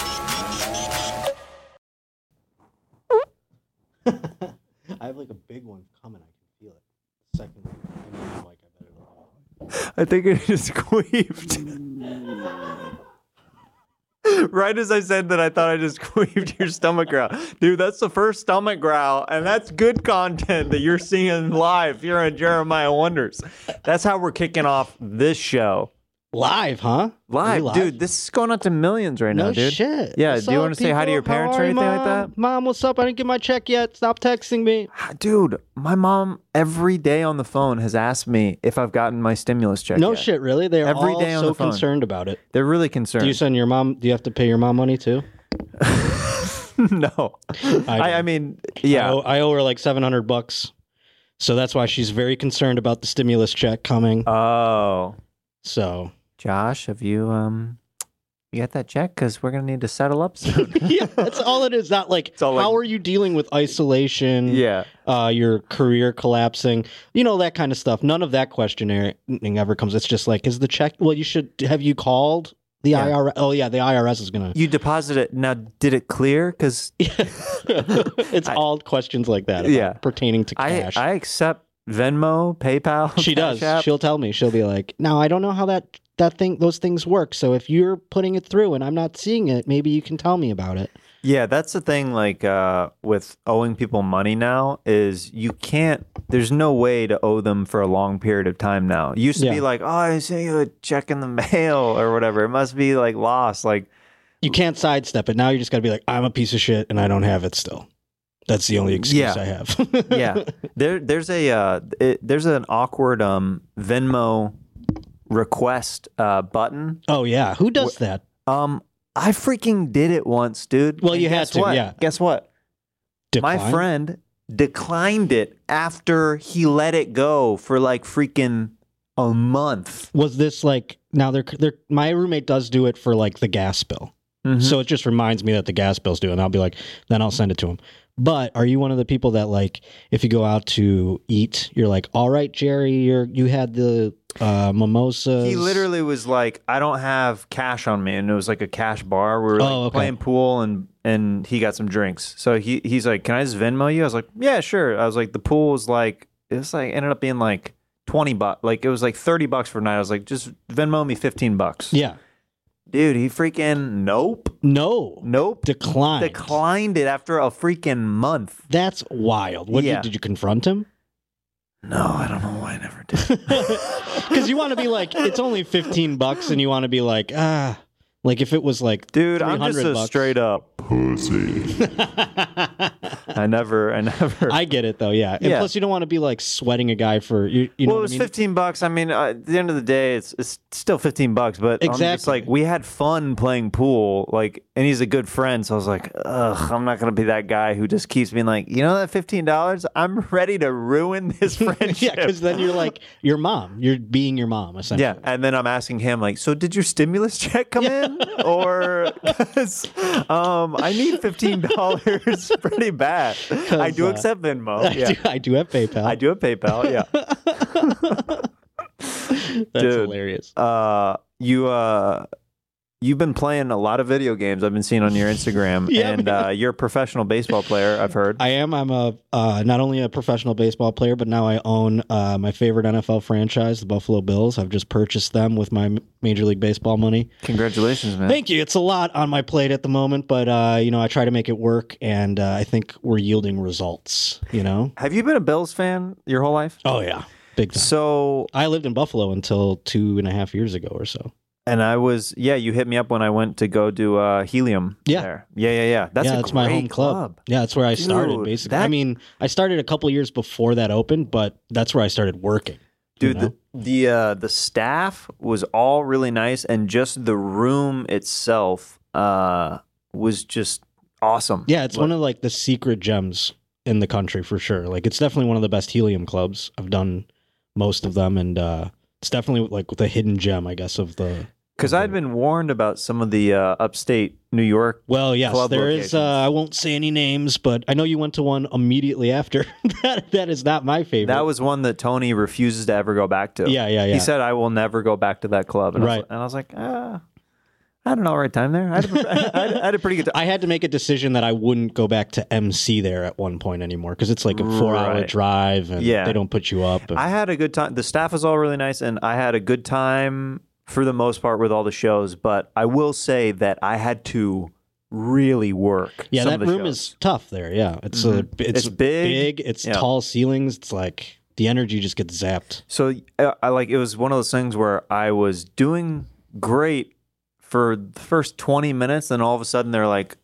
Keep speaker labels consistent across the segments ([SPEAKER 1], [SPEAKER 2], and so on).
[SPEAKER 1] second I know it's like I better not.
[SPEAKER 2] I think it just queefed. right as I said that, I thought I just queefed your stomach growl. Dude, that's the first stomach growl, and that's good content that you're seeing live here on Jeremiah Wonders. That's how we're kicking off this show.
[SPEAKER 1] Live, huh?
[SPEAKER 2] Live,
[SPEAKER 1] We
[SPEAKER 2] dude, this is going out to millions right
[SPEAKER 1] No
[SPEAKER 2] now, dude.
[SPEAKER 1] shit.
[SPEAKER 2] Yeah,
[SPEAKER 1] What's
[SPEAKER 2] do you
[SPEAKER 1] up,
[SPEAKER 2] wanna say hi to
[SPEAKER 1] people?
[SPEAKER 2] your parents
[SPEAKER 1] How
[SPEAKER 2] or
[SPEAKER 1] are you,
[SPEAKER 2] anything like
[SPEAKER 1] Mom?
[SPEAKER 2] that?
[SPEAKER 1] Mom, what's up? I didn't get my check yet. Stop texting me.
[SPEAKER 2] Ah, Dude, my mom every day on the phone has asked me if I've gotten my stimulus check.
[SPEAKER 1] No
[SPEAKER 2] yet.
[SPEAKER 1] shit, really. They're
[SPEAKER 2] Every
[SPEAKER 1] all
[SPEAKER 2] day on
[SPEAKER 1] so
[SPEAKER 2] the phone.
[SPEAKER 1] concerned about it.
[SPEAKER 2] They're really concerned.
[SPEAKER 1] Do you send your mom? Do you have to pay your mom money too?
[SPEAKER 2] no. I, I, mean, yeah.
[SPEAKER 1] Oh, I owe her like seven hundred bucks, so that's why she's very concerned about the stimulus check coming.
[SPEAKER 2] Oh,
[SPEAKER 1] So
[SPEAKER 2] Josh, have you um, you got that check? Because we're gonna need to settle up soon.
[SPEAKER 1] yeah, that's all it is. Not like
[SPEAKER 2] It's all
[SPEAKER 1] how
[SPEAKER 2] like-
[SPEAKER 1] are you dealing with isolation?
[SPEAKER 2] yeah,
[SPEAKER 1] uh, your career collapsing, you know, that kind of stuff. None of that questionnaire ever comes. It's just like, is the check, well, you should, have you called the
[SPEAKER 2] Yeah.
[SPEAKER 1] IRS? Oh, yeah, the IRS is going to.
[SPEAKER 2] you deposit it now. Did it clear? Because
[SPEAKER 1] it's
[SPEAKER 2] I-
[SPEAKER 1] all questions like that. about-
[SPEAKER 2] Yeah.
[SPEAKER 1] Pertaining to
[SPEAKER 2] I
[SPEAKER 1] cash.
[SPEAKER 2] I accept Venmo, PayPal.
[SPEAKER 1] she
[SPEAKER 2] Cash
[SPEAKER 1] does.
[SPEAKER 2] App.
[SPEAKER 1] She'll tell me. She'll be like, "Now I don't know how that that thing those things work. So if you're putting it through and I'm not seeing it, maybe you can tell me about it."
[SPEAKER 2] Yeah, that's the thing. Like uh, with owing people money now is you can't. There's no way to owe them for a long period of time now. It used to
[SPEAKER 1] Yeah.
[SPEAKER 2] be like, oh, I sent you a check in the mail or whatever. It must be like lost. Like
[SPEAKER 1] You can't sidestep it. Now you just got to be like, "I'm a piece of shit and I don't have it still." That's the only excuse
[SPEAKER 2] Yeah.
[SPEAKER 1] I have.
[SPEAKER 2] yeah there there's a uh, it, there's an awkward um venmo request uh button
[SPEAKER 1] Oh yeah, who does that?
[SPEAKER 2] um i freaking did it once dude
[SPEAKER 1] Well, you had
[SPEAKER 2] guess
[SPEAKER 1] to,
[SPEAKER 2] what?
[SPEAKER 1] yeah.
[SPEAKER 2] guess what my
[SPEAKER 1] Decline?
[SPEAKER 2] friend declined it after he let it go for like freaking a month
[SPEAKER 1] was this like now they're, they're my roommate does do it for like the gas bill.
[SPEAKER 2] Mm-hmm.
[SPEAKER 1] So it just reminds me that the gas bill's due and I'll be like then I'll send it to him. But are you one of the people that like if you go out to eat you're like all right Jerry you're you had the uh mimosas
[SPEAKER 2] he literally was like, "I don't have cash on me," and it was like a cash bar. We were like
[SPEAKER 1] Oh, okay.
[SPEAKER 2] playing pool, and and he got some drinks. So he he's like, "Can I just Venmo you?" I was like, "Yeah, sure." I was like, "The pool was like it was like ended up being like twenty bucks, like it was like thirty bucks for a night." I was like, "Just Venmo me fifteen bucks."
[SPEAKER 1] Yeah.
[SPEAKER 2] dude, he freaking nope,
[SPEAKER 1] No.
[SPEAKER 2] nope,
[SPEAKER 1] Decline.
[SPEAKER 2] declined it after a freaking month.
[SPEAKER 1] That's wild. What did you-
[SPEAKER 2] Yeah.
[SPEAKER 1] did you confront him?
[SPEAKER 2] No, I don't know why I never did.
[SPEAKER 1] Cuz you want to be like it's only 15 bucks and you want to be like ah like if it was like
[SPEAKER 2] Dude, I'm just
[SPEAKER 1] 300
[SPEAKER 2] a
[SPEAKER 1] bucks.
[SPEAKER 2] straight up pussy. I never, I never.
[SPEAKER 1] I get it though, yeah. And
[SPEAKER 2] Yeah.
[SPEAKER 1] plus, you don't want to be like sweating a guy for you. You know
[SPEAKER 2] well, it
[SPEAKER 1] what
[SPEAKER 2] was
[SPEAKER 1] I mean?
[SPEAKER 2] fifteen bucks. I mean, uh, at the end of the day, it's it's still fifteen bucks. But I'm just
[SPEAKER 1] Exactly.
[SPEAKER 2] like we had fun playing pool, like, and he's a good friend. So I was like, ugh, I'm not gonna be that guy who just keeps being like, you know, that fifteen dollars, I'm ready to ruin this friendship.
[SPEAKER 1] yeah, because then you're like your mom. You're being your mom essentially.
[SPEAKER 2] Yeah, and then I'm asking him like, so did your stimulus check come in, or 'cause, um, I need fifteen dollars pretty bad. I do
[SPEAKER 1] uh,
[SPEAKER 2] accept Venmo.
[SPEAKER 1] I,
[SPEAKER 2] yeah,
[SPEAKER 1] do, I do have PayPal.
[SPEAKER 2] I do have PayPal. Yeah.
[SPEAKER 1] That's
[SPEAKER 2] dude.
[SPEAKER 1] hilarious.
[SPEAKER 2] uh you uh you've been playing a lot of video games i've been seeing on your instagram
[SPEAKER 1] Yeah,
[SPEAKER 2] and uh you're a professional baseball player i've heard
[SPEAKER 1] I am. I'm a uh, not only a professional baseball player, but now I own uh, my favorite NFL franchise, the Buffalo Bills. I've just purchased them with my Major League Baseball money.
[SPEAKER 2] congratulations man
[SPEAKER 1] Thank you. It's a lot on my plate at the moment, but uh, you know I try to make it work, and uh, I think we're yielding results. You know.
[SPEAKER 2] have you been a bills fan your whole life
[SPEAKER 1] Oh yeah, big time.
[SPEAKER 2] so
[SPEAKER 1] I lived in Buffalo until two and a half years ago or so.
[SPEAKER 2] and i was yeah you hit me up when i went to go do uh helium
[SPEAKER 1] Yeah.
[SPEAKER 2] there. yeah yeah yeah that's
[SPEAKER 1] yeah,
[SPEAKER 2] a
[SPEAKER 1] that's my
[SPEAKER 2] great
[SPEAKER 1] home club. Yeah, that's where I started
[SPEAKER 2] Dude,
[SPEAKER 1] basically. I
[SPEAKER 2] that-
[SPEAKER 1] mean, I started a couple years before that opened, but that's where I started working. you
[SPEAKER 2] dude
[SPEAKER 1] know?
[SPEAKER 2] the, the uh the staff was all really nice and just the room itself uh was just awesome
[SPEAKER 1] yeah, it's one of like the secret gems in the country for sure. Like it's definitely one of the best helium clubs. I've done most of them and uh it's definitely like the hidden gem, I guess, of the
[SPEAKER 2] Because I'd been warned about some of the uh, upstate New York.
[SPEAKER 1] Well, yes,
[SPEAKER 2] Club
[SPEAKER 1] there is.
[SPEAKER 2] locations.
[SPEAKER 1] Uh, I won't say any names, but I know you went to one immediately after. that that is not my favorite.
[SPEAKER 2] That was one that Tony refuses to ever go back to.
[SPEAKER 1] yeah, yeah, yeah.
[SPEAKER 2] He said, "I will never go back to that club." And I was,
[SPEAKER 1] Right.
[SPEAKER 2] and I was like, "Ah." I had an all right time there. I had a, I had, I had a pretty good time.
[SPEAKER 1] I had to make a decision that I wouldn't go back to MC there at one point anymore because it's like a four hour
[SPEAKER 2] Right.
[SPEAKER 1] drive and
[SPEAKER 2] Yeah.
[SPEAKER 1] they don't put you up. and-
[SPEAKER 2] I had a good time. The staff was all really nice, and I had a good time for the most part with all the shows. But I will say that I had to really work.
[SPEAKER 1] yeah,
[SPEAKER 2] some
[SPEAKER 1] that
[SPEAKER 2] of the
[SPEAKER 1] room
[SPEAKER 2] shows. Mm-hmm.
[SPEAKER 1] is tough there. Yeah, it's a, it's,
[SPEAKER 2] It's big.
[SPEAKER 1] it's
[SPEAKER 2] Yeah.
[SPEAKER 1] tall ceilings. It's like the energy just gets zapped.
[SPEAKER 2] So uh, I like it was one of those things where I was doing great for the first twenty minutes, and all of a sudden they're like,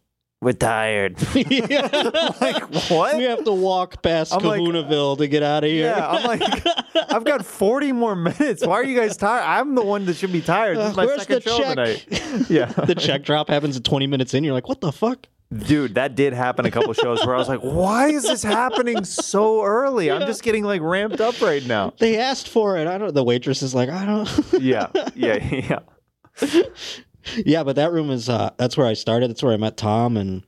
[SPEAKER 2] "We're tired." like what?
[SPEAKER 1] We have to walk past
[SPEAKER 2] I'm like,
[SPEAKER 1] Kahunaville to get out of here.
[SPEAKER 2] Yeah, I'm like, I've got 40 more minutes. Why are you guys tired? I'm the one that should be tired. This is my
[SPEAKER 1] Where's the
[SPEAKER 2] second show
[SPEAKER 1] check?
[SPEAKER 2] tonight. Yeah,
[SPEAKER 1] the check drop happens at 20 minutes in. You're like, what the fuck?
[SPEAKER 2] dude, that did happen a couple shows where I was like, why is this happening so early? I'm just getting like ramped up right now.
[SPEAKER 1] They asked for it. I don't. The waitress is like, I don't.
[SPEAKER 2] Yeah, yeah, yeah.
[SPEAKER 1] yeah, but that room is. Uh, that's where I started. That's where I met Tom, and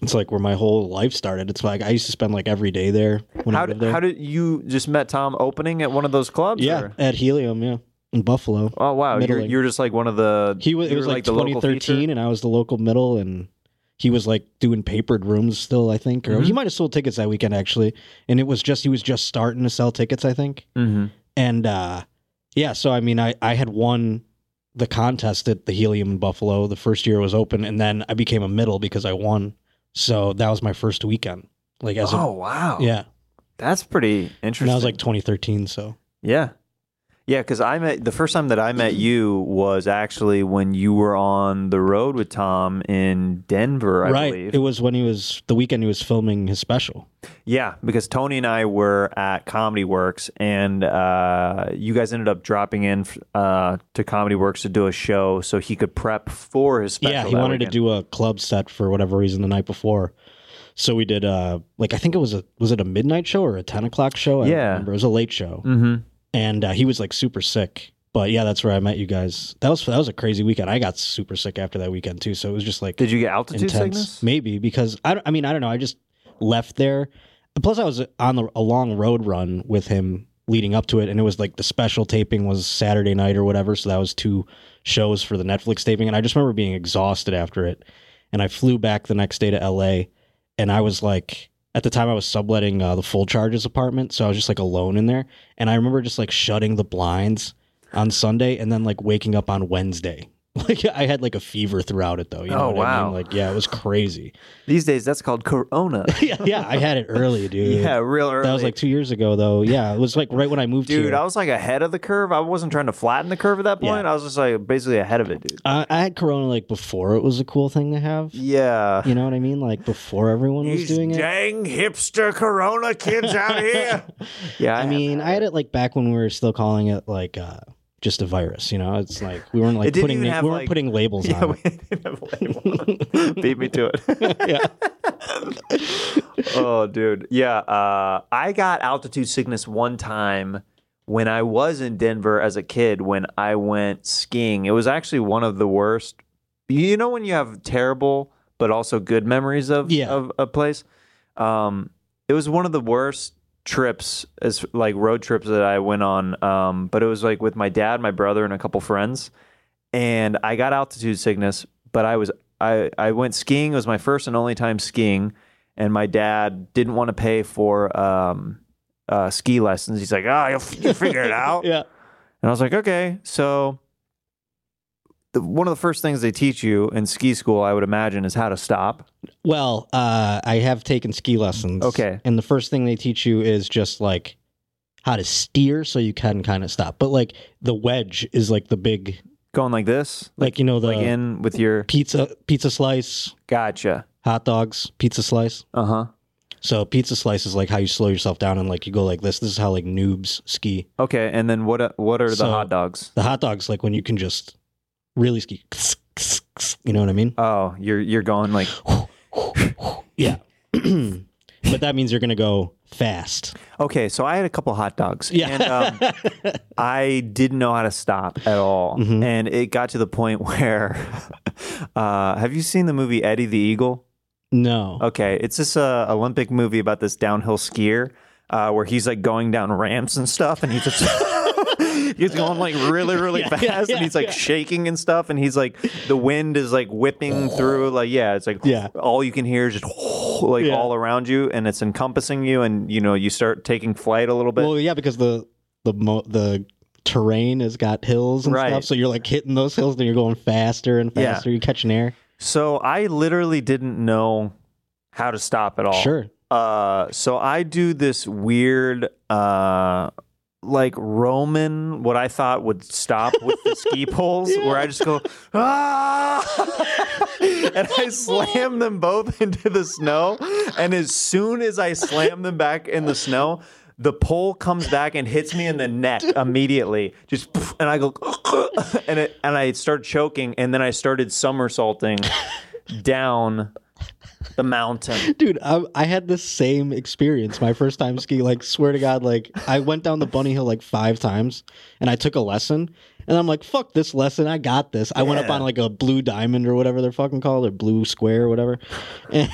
[SPEAKER 1] it's like where my whole life started. It's like I used to spend like every day there when I
[SPEAKER 2] How
[SPEAKER 1] lived
[SPEAKER 2] did,
[SPEAKER 1] there.
[SPEAKER 2] how did you just met Tom opening at one of those clubs?
[SPEAKER 1] yeah,
[SPEAKER 2] or-
[SPEAKER 1] at Helium. Yeah, in Buffalo.
[SPEAKER 2] Oh wow, you're,
[SPEAKER 1] Middling.
[SPEAKER 2] you're just like one of the
[SPEAKER 1] He was.
[SPEAKER 2] you
[SPEAKER 1] It was
[SPEAKER 2] were,
[SPEAKER 1] like,
[SPEAKER 2] the local
[SPEAKER 1] 2013,
[SPEAKER 2] feature?
[SPEAKER 1] and I was the local middle, and he was like doing papered rooms still. I think, or
[SPEAKER 2] Mm-hmm.
[SPEAKER 1] he might have sold tickets that weekend actually. And it was just he was just starting to sell tickets. I think.
[SPEAKER 2] Mhm.
[SPEAKER 1] and uh yeah so i mean i i had won the contest at the helium in buffalo the first year it was open and then i became a middle because i won so that was my first weekend like as
[SPEAKER 2] Oh wow,
[SPEAKER 1] a yeah
[SPEAKER 2] that's pretty
[SPEAKER 1] and
[SPEAKER 2] interesting.
[SPEAKER 1] that was like 2013 so
[SPEAKER 2] Yeah. Yeah, because I met the first time that I met you was actually when you were on the road with Tom in Denver, I
[SPEAKER 1] right
[SPEAKER 2] believe.
[SPEAKER 1] it was when he was the weekend he was filming his special
[SPEAKER 2] yeah, because Tony and I were at Comedy Works, and uh, you guys ended up dropping in uh, to Comedy Works to do a show so he could prep for his special.
[SPEAKER 1] yeah he
[SPEAKER 2] that
[SPEAKER 1] wanted
[SPEAKER 2] weekend.
[SPEAKER 1] to do a club set for whatever reason the night before so we did uh like i think it was a was it a midnight show or a 10 o'clock show I don't
[SPEAKER 2] Yeah.
[SPEAKER 1] remember. it was a late show
[SPEAKER 2] Mhm.
[SPEAKER 1] and uh, he was like super sick. But yeah, that's where I met you guys. That was that was a crazy weekend. I got super sick after that weekend too. So it was just like
[SPEAKER 2] Did you get altitude
[SPEAKER 1] intense,
[SPEAKER 2] sickness?
[SPEAKER 1] maybe because I don't- I mean I don't know. I just left there. Plus, I was on the, a long road run with him leading up to it, and it was like the special taping was Saturday night or whatever. So that was two shows for the Netflix taping, and I just remember being exhausted after it. And I flew back the next day to L.A. and I was like. At the time, I was subletting uh, the full charges apartment, so I was just like alone in there. And I remember just like shutting the blinds on Sunday, and then like waking up on Wednesday. Like I had like a fever throughout it, though. You know
[SPEAKER 2] Oh,
[SPEAKER 1] what I mean?
[SPEAKER 2] wow.
[SPEAKER 1] Like yeah, it was crazy.
[SPEAKER 2] These days, that's called corona.
[SPEAKER 1] yeah, yeah, I had it early, dude.
[SPEAKER 2] yeah, real early.
[SPEAKER 1] That was like two years ago, though. Yeah, it was like right when I moved
[SPEAKER 2] dude,
[SPEAKER 1] here.
[SPEAKER 2] I was like ahead of the curve. I wasn't trying to flatten the curve at that point. I was just like basically ahead of it, dude.
[SPEAKER 1] I, I had Corona like before it was a cool thing to have.
[SPEAKER 2] Yeah.
[SPEAKER 1] You know what I mean? Like before everyone was doing it.
[SPEAKER 2] dang hipster corona kids out here. yeah,
[SPEAKER 1] I mean, I had it like back when we were still calling it like uh, just a virus. You know, it's like we weren't like
[SPEAKER 2] didn't
[SPEAKER 1] putting
[SPEAKER 2] even
[SPEAKER 1] na-
[SPEAKER 2] have,
[SPEAKER 1] we weren't
[SPEAKER 2] like-
[SPEAKER 1] putting labels
[SPEAKER 2] yeah,
[SPEAKER 1] on.
[SPEAKER 2] we
[SPEAKER 1] it.
[SPEAKER 2] didn't have a label. Beat me to it.
[SPEAKER 1] yeah.
[SPEAKER 2] oh, dude. Yeah. Uh, I got altitude sickness one time when I was in Denver as a kid when I went skiing. It was actually one of the worst. You know, when you have terrible but also good memories of,
[SPEAKER 1] Yeah.
[SPEAKER 2] of a place? Um, it was one of the worst trips as like road trips that I went on. Um, but it was like with my dad, my brother, and a couple friends. And I got altitude sickness, but I was I, I went skiing. It was my first and only time skiing, and my dad didn't want to pay for um, uh, ski lessons. He's like, "Ah, you'll, you'll figure it out."
[SPEAKER 1] Yeah.
[SPEAKER 2] And I was like, okay, so the, one of the first things they teach you in ski school, I would imagine, is how to stop.
[SPEAKER 1] Well, uh, I have taken ski lessons.
[SPEAKER 2] Okay.
[SPEAKER 1] And the first thing they teach you is just like how to steer so you can kind of stop. But like the wedge is like the big,
[SPEAKER 2] Going like this,
[SPEAKER 1] like, uh, you know, the
[SPEAKER 2] like in with your
[SPEAKER 1] pizza pizza slice,
[SPEAKER 2] gotcha.
[SPEAKER 1] hot dogs, pizza slice.
[SPEAKER 2] Uh huh.
[SPEAKER 1] So pizza slice is like how you slow yourself down and like you go like this. This is how like noobs ski.
[SPEAKER 2] Okay, and then what? What are the
[SPEAKER 1] So-
[SPEAKER 2] hot dogs?
[SPEAKER 1] The hot dogs like when you can just really ski. You know what I mean?
[SPEAKER 2] Oh, you're you're going like
[SPEAKER 1] Yeah. but that means you're gonna go fast.
[SPEAKER 2] okay. So I had a couple hot dogs,
[SPEAKER 1] Yeah.
[SPEAKER 2] and um, I didn't know how to stop at all,
[SPEAKER 1] Mhm.
[SPEAKER 2] and it got to the point where. uh, have you seen the movie Eddie the Eagle?
[SPEAKER 1] no.
[SPEAKER 2] Okay, it's this uh, Olympic movie about this downhill skier uh, where he's like going down ramps and stuff, and he just he's going like really, really
[SPEAKER 1] Yeah,
[SPEAKER 2] fast,
[SPEAKER 1] yeah, yeah,
[SPEAKER 2] and he's like
[SPEAKER 1] yeah.
[SPEAKER 2] shaking and stuff, and he's like the wind is like whipping through, like yeah, it's like
[SPEAKER 1] Yeah.
[SPEAKER 2] all you can hear is just like
[SPEAKER 1] Yeah.
[SPEAKER 2] all around you, and it's encompassing you, and you know you start taking flight a little bit.
[SPEAKER 1] well, yeah, because the the mo- the terrain has got hills and
[SPEAKER 2] Right.
[SPEAKER 1] stuff, so you're like hitting those hills, then you're going faster and
[SPEAKER 2] Yeah.
[SPEAKER 1] faster. You're catching air.
[SPEAKER 2] so I literally didn't know how to stop at all.
[SPEAKER 1] Sure.
[SPEAKER 2] Uh, so I do this weird, uh, like Roman, what I thought would stop with the ski poles, where I just go, ah, and I slam them both into the snow. And as soon as I slam them back in the snow, the pole comes back and hits me in the neck immediately. Just poof, and I go, and it, and I start choking, and then I started somersaulting down the mountain.
[SPEAKER 1] Dude, I, I had the same experience my first time skiing. Like, swear to God, like I went down the bunny hill like five times, and I took a lesson, and I'm like, "Fuck this lesson, I got this." I went up
[SPEAKER 2] Yeah.
[SPEAKER 1] on like a blue diamond or whatever they're fucking called, or blue square or whatever. And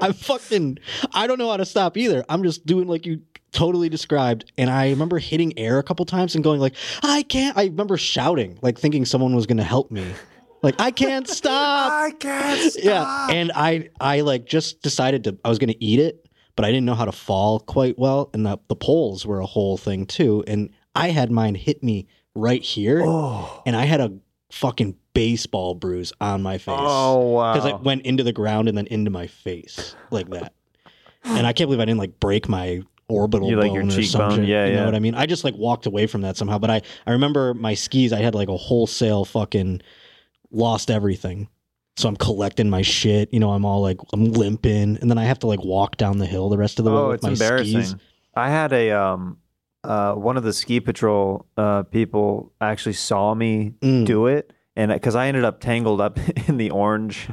[SPEAKER 1] I fucking I don't know how to stop either. I'm just doing like you totally described, and I remember hitting air a couple times and going like, "I can't." I remember shouting, like thinking someone was gonna help me, like, "I can't stop."
[SPEAKER 2] I can't
[SPEAKER 1] Yeah, and I I like just decided to I was gonna eat it, but I didn't know how to fall quite well, and the the poles were a whole thing too, and I had mine hit me right here,
[SPEAKER 2] Oh,
[SPEAKER 1] and I had a fucking baseball bruise on my face
[SPEAKER 2] oh wow.
[SPEAKER 1] because it went into the ground and then into my face like that, and I can't believe I didn't like break my orbital
[SPEAKER 2] You, like,
[SPEAKER 1] bone
[SPEAKER 2] your
[SPEAKER 1] or
[SPEAKER 2] cheekbone,
[SPEAKER 1] something.
[SPEAKER 2] yeah,
[SPEAKER 1] you
[SPEAKER 2] yeah.
[SPEAKER 1] know what I mean. I just like walked away from that somehow, but I I remember my skis. I had like a wholesale fucking lost everything. So I'm collecting my shit. You know, I'm all like I'm limping, and then I have to like walk down the hill the rest of the
[SPEAKER 2] oh,
[SPEAKER 1] way.
[SPEAKER 2] it's
[SPEAKER 1] with my
[SPEAKER 2] embarrassing.
[SPEAKER 1] Skis.
[SPEAKER 2] I had a um uh one of the ski patrol uh people actually saw me
[SPEAKER 1] Mm.
[SPEAKER 2] do it. And because I ended up tangled up in the orange,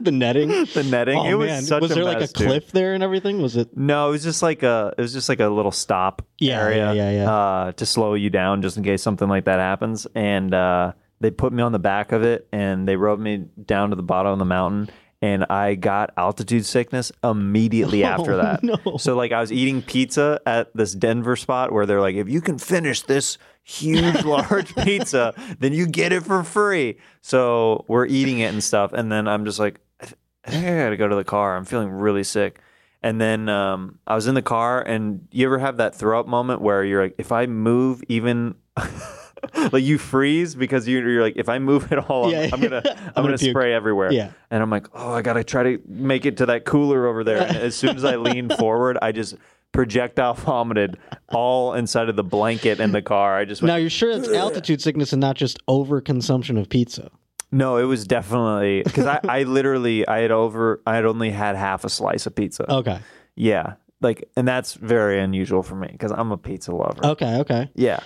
[SPEAKER 1] the netting.
[SPEAKER 2] the netting,
[SPEAKER 1] oh
[SPEAKER 2] it was
[SPEAKER 1] man,
[SPEAKER 2] such
[SPEAKER 1] was
[SPEAKER 2] a
[SPEAKER 1] there like a
[SPEAKER 2] mess, dude.
[SPEAKER 1] cliff there and everything? Was it?
[SPEAKER 2] No, it was just like a, it was just like a little stop
[SPEAKER 1] Yeah, yeah,
[SPEAKER 2] area,
[SPEAKER 1] yeah, yeah.
[SPEAKER 2] Uh, to slow you down just in case something like that happens. And uh, they put me on the back of it, and they rode me down to the bottom of the mountain, and I got altitude sickness immediately after
[SPEAKER 1] Oh,
[SPEAKER 2] that.
[SPEAKER 1] no.
[SPEAKER 2] So like I was eating pizza at this Denver spot where they're like, if you can finish this huge large pizza, then you get it for free. So we're eating it and stuff, and then I'm just like, I th- I think I gotta go to the car. I'm feeling really sick. And then um, I was in the car, and you ever have that throw up moment where you're like, if I move even. like you freeze because you're, you're like if i move at all
[SPEAKER 1] Yeah.
[SPEAKER 2] I'm, I'm gonna i'm,
[SPEAKER 1] gonna
[SPEAKER 2] gonna
[SPEAKER 1] puke.
[SPEAKER 2] spray everywhere
[SPEAKER 1] Yeah.
[SPEAKER 2] and I'm like, oh, I gotta try to make it to that cooler over there. And as soon as I leaned forward, I just projectile vomited all inside of the blanket in the car. I just went,
[SPEAKER 1] Now you're sure it's altitude sickness and not just overconsumption of pizza.
[SPEAKER 2] no, it was definitely because I, I literally I had over I had only had half a slice of pizza.
[SPEAKER 1] Okay.
[SPEAKER 2] Yeah, like, and that's very unusual for me because I'm a pizza lover.
[SPEAKER 1] Okay. Okay.
[SPEAKER 2] Yeah,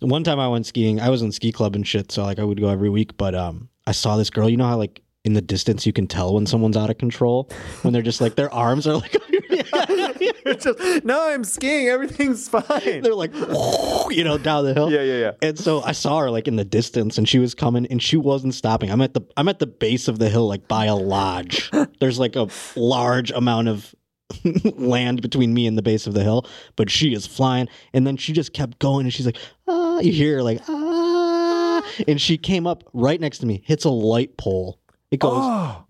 [SPEAKER 1] one time I went skiing. I was in ski club and shit, so like I would go every week. But um, I saw this girl. You know how like in the distance you can tell when someone's out of control when they're just like their arms are like
[SPEAKER 2] It's just, no, I'm skiing. Everything's fine.
[SPEAKER 1] they're like you know down the hill.
[SPEAKER 2] Yeah, yeah, yeah.
[SPEAKER 1] And so I saw her like in the distance, and she was coming, and she wasn't stopping. I'm at the I'm at the base of the hill, like by a lodge. There's like a large amount of land between me and the base of the hill, but she is flying. And then she just kept going, and she's like, ah, you hear her like ah, and she came up right next to me, hits a light pole. It goes
[SPEAKER 2] Oh,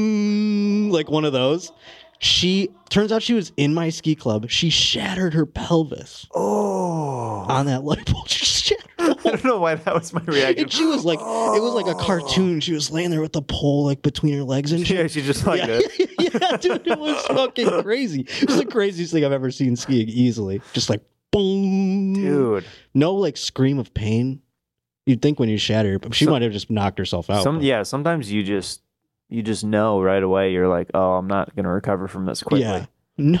[SPEAKER 1] boom, like one of those. She turns out she was in my ski club. She shattered her pelvis
[SPEAKER 2] oh.
[SPEAKER 1] on that light pole. She shattered
[SPEAKER 2] I don't know why that was my reaction.
[SPEAKER 1] and she was like, it was like a cartoon. She was laying there with the pole like between her legs and shit.
[SPEAKER 2] Yeah, she's just like
[SPEAKER 1] Yeah,
[SPEAKER 2] this.
[SPEAKER 1] yeah, dude, it was fucking crazy. It was the craziest thing I've ever seen skiing easily. Just like boom,
[SPEAKER 2] Dude,
[SPEAKER 1] No like scream of pain. You'd think when you shatter, but she
[SPEAKER 2] So-
[SPEAKER 1] might have just knocked herself out.
[SPEAKER 2] some
[SPEAKER 1] but-
[SPEAKER 2] yeah. Sometimes you just you just know right away. You're like, oh, I'm not gonna recover from this quickly.
[SPEAKER 1] yeah. No,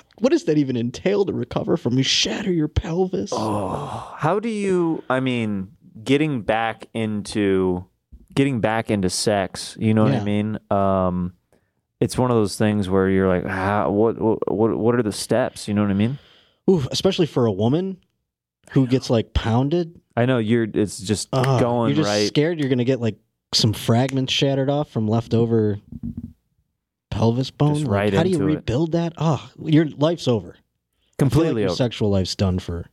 [SPEAKER 1] what does that even entail to recover from? You shatter your pelvis.
[SPEAKER 2] Oh, how do you? I mean, getting back into getting back into sex. You know what I
[SPEAKER 1] Yeah.
[SPEAKER 2] mean? Um, it's one of those things where you're like, how, what, what, what what are the steps? You know what I mean?
[SPEAKER 1] Oof, especially for a woman who gets like pounded.
[SPEAKER 2] I know you're. It's just
[SPEAKER 1] Ugh,
[SPEAKER 2] going
[SPEAKER 1] Uh-huh. You're just
[SPEAKER 2] right.
[SPEAKER 1] scared you're gonna get like some fragments shattered off from leftover pelvis bone. Like,
[SPEAKER 2] right
[SPEAKER 1] how do you
[SPEAKER 2] into it.
[SPEAKER 1] rebuild that? Oh, your life's over. I feel like
[SPEAKER 2] Completely
[SPEAKER 1] your
[SPEAKER 2] over.
[SPEAKER 1] Sexual life's done for.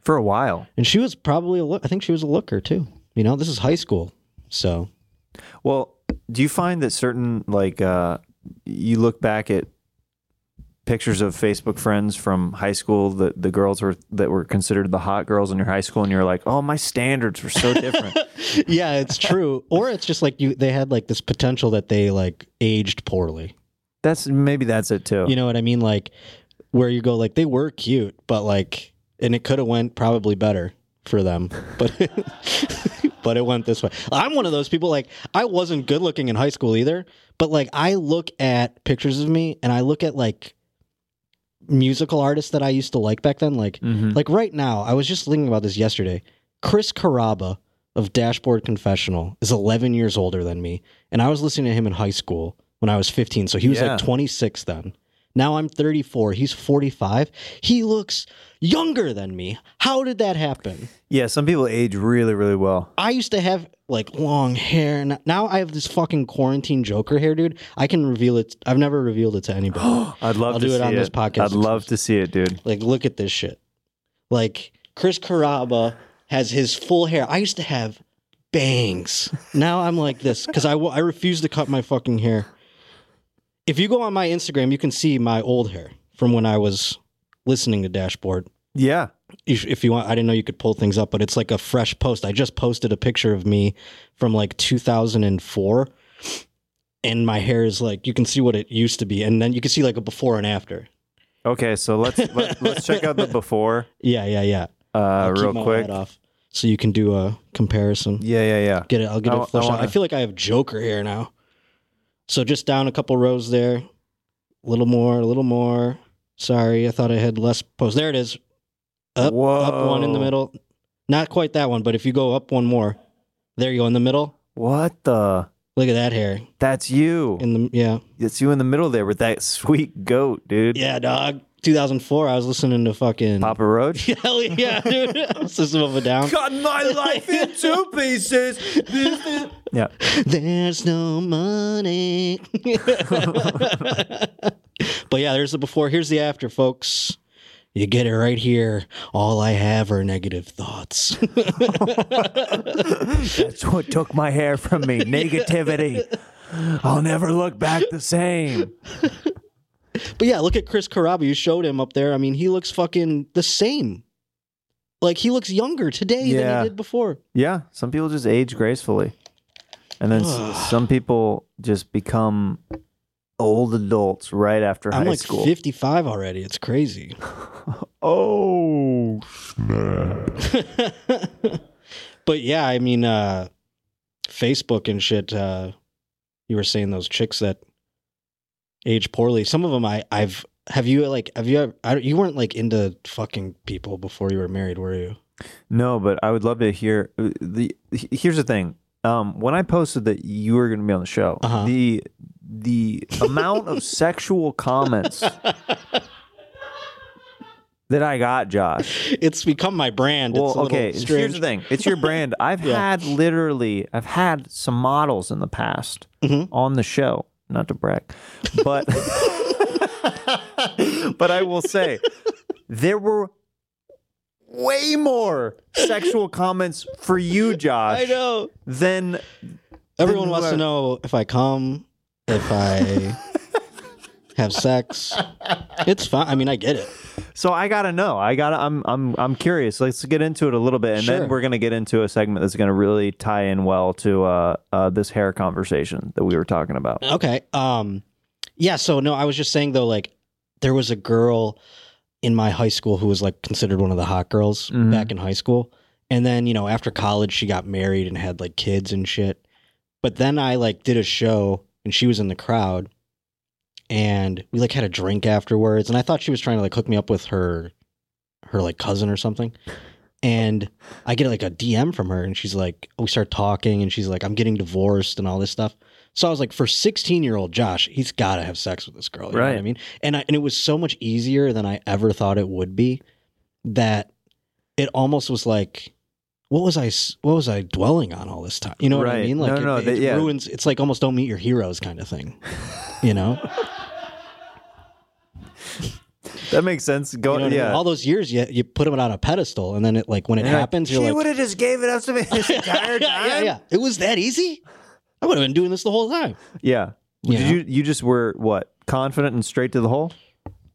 [SPEAKER 2] for a while.
[SPEAKER 1] And she was probably a look. I think she was a looker too. You know, this is high school, so
[SPEAKER 2] Well, do you find that certain like uh, you look back at pictures of Facebook friends from high school that the girls were that were considered the hot girls in your high school, and you're like, oh, my standards were so different.
[SPEAKER 1] yeah, it's true. or it's just like you. They had like this potential that they like aged poorly.
[SPEAKER 2] that's maybe that's it too.
[SPEAKER 1] You know what I mean? Like where you go, like they were cute, but like, and it could have went probably better for them, but but it went this way. I'm one of those people. Like I wasn't good looking in high school either, but like I look at pictures of me and I look at like musical artists that I used to like back then. Like
[SPEAKER 2] Mhm.
[SPEAKER 1] like right now, I was just thinking about this yesterday. Chris Caraba of Dashboard Confessional is 11 years older than me, and I was listening to him in high school when I was 15. So he was
[SPEAKER 2] Yeah.
[SPEAKER 1] like 26 then. Now I'm 34. He's 45. He looks younger than me. How did that happen?
[SPEAKER 2] Yeah, some people age really, really well.
[SPEAKER 1] I used to have like long hair, and now I have this fucking quarantine Joker hair, dude. I can reveal it. I've never revealed it to anybody.
[SPEAKER 2] I'd love
[SPEAKER 1] I'll
[SPEAKER 2] to
[SPEAKER 1] do it
[SPEAKER 2] see
[SPEAKER 1] on this podcast.
[SPEAKER 2] I'd love to see it, dude.
[SPEAKER 1] Like, look at this shit. Like, Chris Caraba has his full hair. I used to have bangs. Now I'm like this because I, wa- I refuse to cut my fucking hair. If you go on my Instagram, you can see my old hair from when I was listening to Dashboard.
[SPEAKER 2] Yeah.
[SPEAKER 1] If if you want, I didn't know you could pull things up, but it's like a fresh post. I just posted a picture of me from like 2004, and my hair is like you can see what it used to be, and then you can see like a before and after.
[SPEAKER 2] Okay, so let's let, let's check out the before
[SPEAKER 1] Yeah, yeah, yeah.
[SPEAKER 2] uh,
[SPEAKER 1] I'll keep
[SPEAKER 2] real
[SPEAKER 1] my
[SPEAKER 2] quick.
[SPEAKER 1] hat off so you can do a comparison.
[SPEAKER 2] Yeah, yeah, yeah.
[SPEAKER 1] Get it? I'll get
[SPEAKER 2] I
[SPEAKER 1] it
[SPEAKER 2] wa- I
[SPEAKER 1] flushed out. I
[SPEAKER 2] wanna-
[SPEAKER 1] feel like I have Joker here now. So just down a couple rows there, a little more, a little more. Sorry, I thought I had less posts. There it is. Up, up one in the
[SPEAKER 2] Whoa.
[SPEAKER 1] middle. Not quite that one, but if you go up one more, there you go in the middle.
[SPEAKER 2] What the?
[SPEAKER 1] Look at that hair
[SPEAKER 2] That's you.
[SPEAKER 1] in the yeah
[SPEAKER 2] It's you in the middle there with that sweet goat, dude.
[SPEAKER 1] yeah dog. 2004. I was listening to fucking
[SPEAKER 2] Papa Roach.
[SPEAKER 1] hell yeah, dude. System of a Down.
[SPEAKER 2] Cut my life in two pieces. This is- yeah.
[SPEAKER 1] There's no money. but yeah, there's the before. Here's the after, folks. You get it right here. All I have are negative thoughts.
[SPEAKER 2] That's what took my hair from me. Negativity. I'll never look back the same.
[SPEAKER 1] but yeah, look at Chris Caraba. You showed him up there. I mean, he looks fucking the same. Like he looks younger today than
[SPEAKER 2] Yeah.
[SPEAKER 1] he did before.
[SPEAKER 2] Yeah. Some people just age gracefully. And then s- some people just become old adults right after
[SPEAKER 1] I'm
[SPEAKER 2] high
[SPEAKER 1] like
[SPEAKER 2] school.
[SPEAKER 1] 55 already. It's crazy.
[SPEAKER 2] Oh.
[SPEAKER 1] but yeah, I mean, uh, Facebook and shit. Uh, you were saying those chicks that age poorly. Some of them, I, I've. Have you like? Have you? ever- I, don't- you weren't like into fucking people before you were married, were you?
[SPEAKER 2] No, but I would love to hear uh, the. he- Here's the thing. Um, when I posted that you were going to be on the show,
[SPEAKER 1] Uh-huh.
[SPEAKER 2] the the amount of sexual comments that I got, Josh.
[SPEAKER 1] It's become my brand. it's a
[SPEAKER 2] Well,
[SPEAKER 1] little
[SPEAKER 2] okay. Here's
[SPEAKER 1] strange.
[SPEAKER 2] the thing. It's your brand. I've
[SPEAKER 1] Yeah.
[SPEAKER 2] had literally, I've had some models in the past
[SPEAKER 1] Mhm.
[SPEAKER 2] on the show. Not to brag, but but I will say there were way more sexual comments for you, Josh.
[SPEAKER 1] I know.
[SPEAKER 2] then
[SPEAKER 1] Everyone
[SPEAKER 2] Then
[SPEAKER 1] wants to
[SPEAKER 2] what?
[SPEAKER 1] know if I come, if I have sex. It's fine. I mean, I get it.
[SPEAKER 2] so I gotta know. I gotta. I'm I'm I'm curious. Let's get into it a little bit, and
[SPEAKER 1] Sure.
[SPEAKER 2] then we're gonna get into a segment that's gonna really tie in well to uh, uh this hair conversation that we were talking about.
[SPEAKER 1] Okay. Um yeah, so no, I was just saying though like there was a girl in my high school who was like considered one of the hot girls
[SPEAKER 2] Mhm.
[SPEAKER 1] back in high school. And then, you know, after college she got married and had like kids and shit. But then I like did a show and she was in the crowd and we like had a drink afterwards and I thought she was trying to like hook me up with her her like cousin or something. And I get like a DM from her and she's like we start talking and she's like I'm getting divorced and all this stuff. So I was like, for 16 year old Josh, he's got to have sex with this girl. You know what I
[SPEAKER 2] Right.
[SPEAKER 1] mean? And, I, and it was so much easier than I ever thought it would be that it almost was like, what was I, s- what was I dwelling on all this time? You know what I
[SPEAKER 2] Right.
[SPEAKER 1] mean? Like
[SPEAKER 2] No,
[SPEAKER 1] it,
[SPEAKER 2] no,
[SPEAKER 1] it
[SPEAKER 2] that- yeah.
[SPEAKER 1] ruins, it's like almost don't meet your heroes kind of thing, you know?
[SPEAKER 2] That makes sense. Go,
[SPEAKER 1] You know what I mean?
[SPEAKER 2] yeah.
[SPEAKER 1] All those years, you, you put them on a pedestal, and then it like when it
[SPEAKER 2] Yeah.
[SPEAKER 1] happens,
[SPEAKER 2] she
[SPEAKER 1] you're like,
[SPEAKER 2] would have just gave it up to me this
[SPEAKER 1] yeah,
[SPEAKER 2] entire time.
[SPEAKER 1] yeah, yeah. It was that easy. I would have been doing this the whole time.
[SPEAKER 2] Yeah.
[SPEAKER 1] You
[SPEAKER 2] Did
[SPEAKER 1] know?
[SPEAKER 2] you you just were what confident and straight to the hole?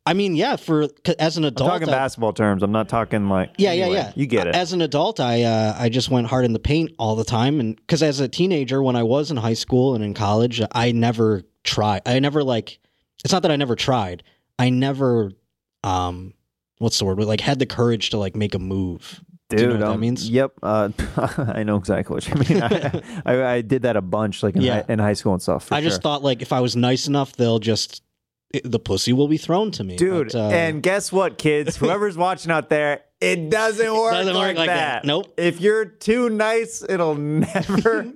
[SPEAKER 1] I mean, yeah, for 'cause as an
[SPEAKER 2] I'm
[SPEAKER 1] adult,
[SPEAKER 2] talking
[SPEAKER 1] I-
[SPEAKER 2] basketball terms. I'm not talking like
[SPEAKER 1] yeah,
[SPEAKER 2] anyway,
[SPEAKER 1] yeah, yeah.
[SPEAKER 2] You get it.
[SPEAKER 1] As an adult, I uh, I just went hard in the paint all the time, and because as a teenager, when I was in high school and in college, I never tried. I never like. It's not that I never tried. I never, um, what's the word? Like had the courage to like make a move.
[SPEAKER 2] Dude,
[SPEAKER 1] you know what that
[SPEAKER 2] um,
[SPEAKER 1] means?
[SPEAKER 2] Yep, uh, I know exactly what you mean. I, I, I did that a bunch, like in,
[SPEAKER 1] Yeah.
[SPEAKER 2] high, in high school and stuff. for
[SPEAKER 1] I just
[SPEAKER 2] sure.
[SPEAKER 1] thought like if I was nice enough, they'll just it, the pussy will be thrown to me.
[SPEAKER 2] dude.
[SPEAKER 1] But, uh,
[SPEAKER 2] and guess what, kids? Whoever's watching out there, it doesn't work,
[SPEAKER 1] doesn't work like that. Nope.
[SPEAKER 2] If you're too nice, it'll never.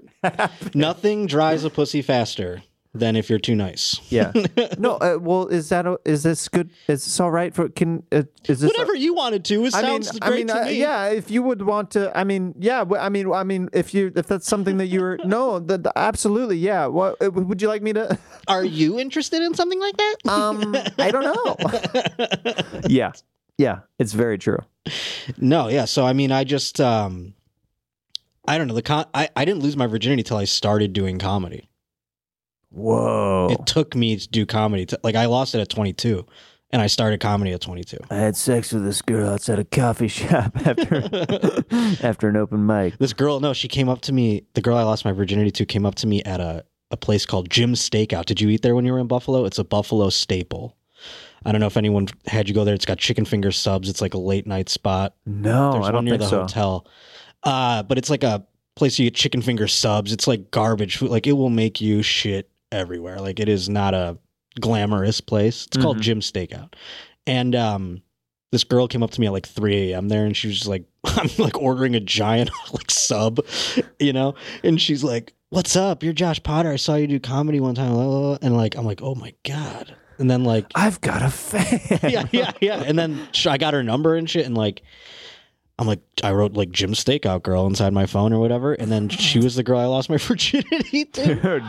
[SPEAKER 1] nothing dries a pussy faster than if you're too nice.
[SPEAKER 2] yeah. No. Uh, well, is that a, is this good? Is this all right for? Can uh, is this
[SPEAKER 1] Whatever you wanted to, it sounds great to
[SPEAKER 2] uh,
[SPEAKER 1] me.
[SPEAKER 2] yeah. If you would want to, I mean, yeah. w- I mean, I mean, if you, if that's something that you were, no, the, the- absolutely, yeah. What uh, would you like me to?
[SPEAKER 1] Are you interested in something like that?
[SPEAKER 2] Um, I don't know. yeah, yeah, it's very true.
[SPEAKER 1] No, yeah. So I mean, I just um I don't know the con. I, I didn't lose my virginity till I started doing comedy.
[SPEAKER 2] Whoa,
[SPEAKER 1] It took me to do comedy. To, like I lost it at 22, and I started comedy at 22.
[SPEAKER 2] I had sex with this girl outside a coffee shop after after an open mic.
[SPEAKER 1] This girl, no, she came up to me. The girl I lost my virginity to came up to me at a a place called Jim's Steakout. Did you eat there when you were in Buffalo? It's a Buffalo staple. I don't know if anyone had you go there. It's got chicken finger subs. It's like a late night spot.
[SPEAKER 2] No,
[SPEAKER 1] There's
[SPEAKER 2] I
[SPEAKER 1] one
[SPEAKER 2] don't
[SPEAKER 1] near
[SPEAKER 2] think
[SPEAKER 1] the
[SPEAKER 2] so.
[SPEAKER 1] hotel. Uh, but it's like a place you get chicken finger subs. It's like garbage food. Like it will make you shit everywhere. Like it is not a glamorous place. It's called
[SPEAKER 2] Mhm.
[SPEAKER 1] Jim Steakout. And um, this girl came up to me at like 3 a.m. there and she was just like, I'm like ordering a giant like sub, you know? And she's like, What's up? You're Josh Potter. I saw you do comedy one time. blah, blah, blah." And like, I'm like, Oh my God. And then like,
[SPEAKER 2] I've got a fan.
[SPEAKER 1] yeah, yeah, yeah. And then sh- I got her number and shit, and like, I'm like, I wrote like Jim Stakeout girl inside my phone or whatever, and then she was the girl I lost my virginity to,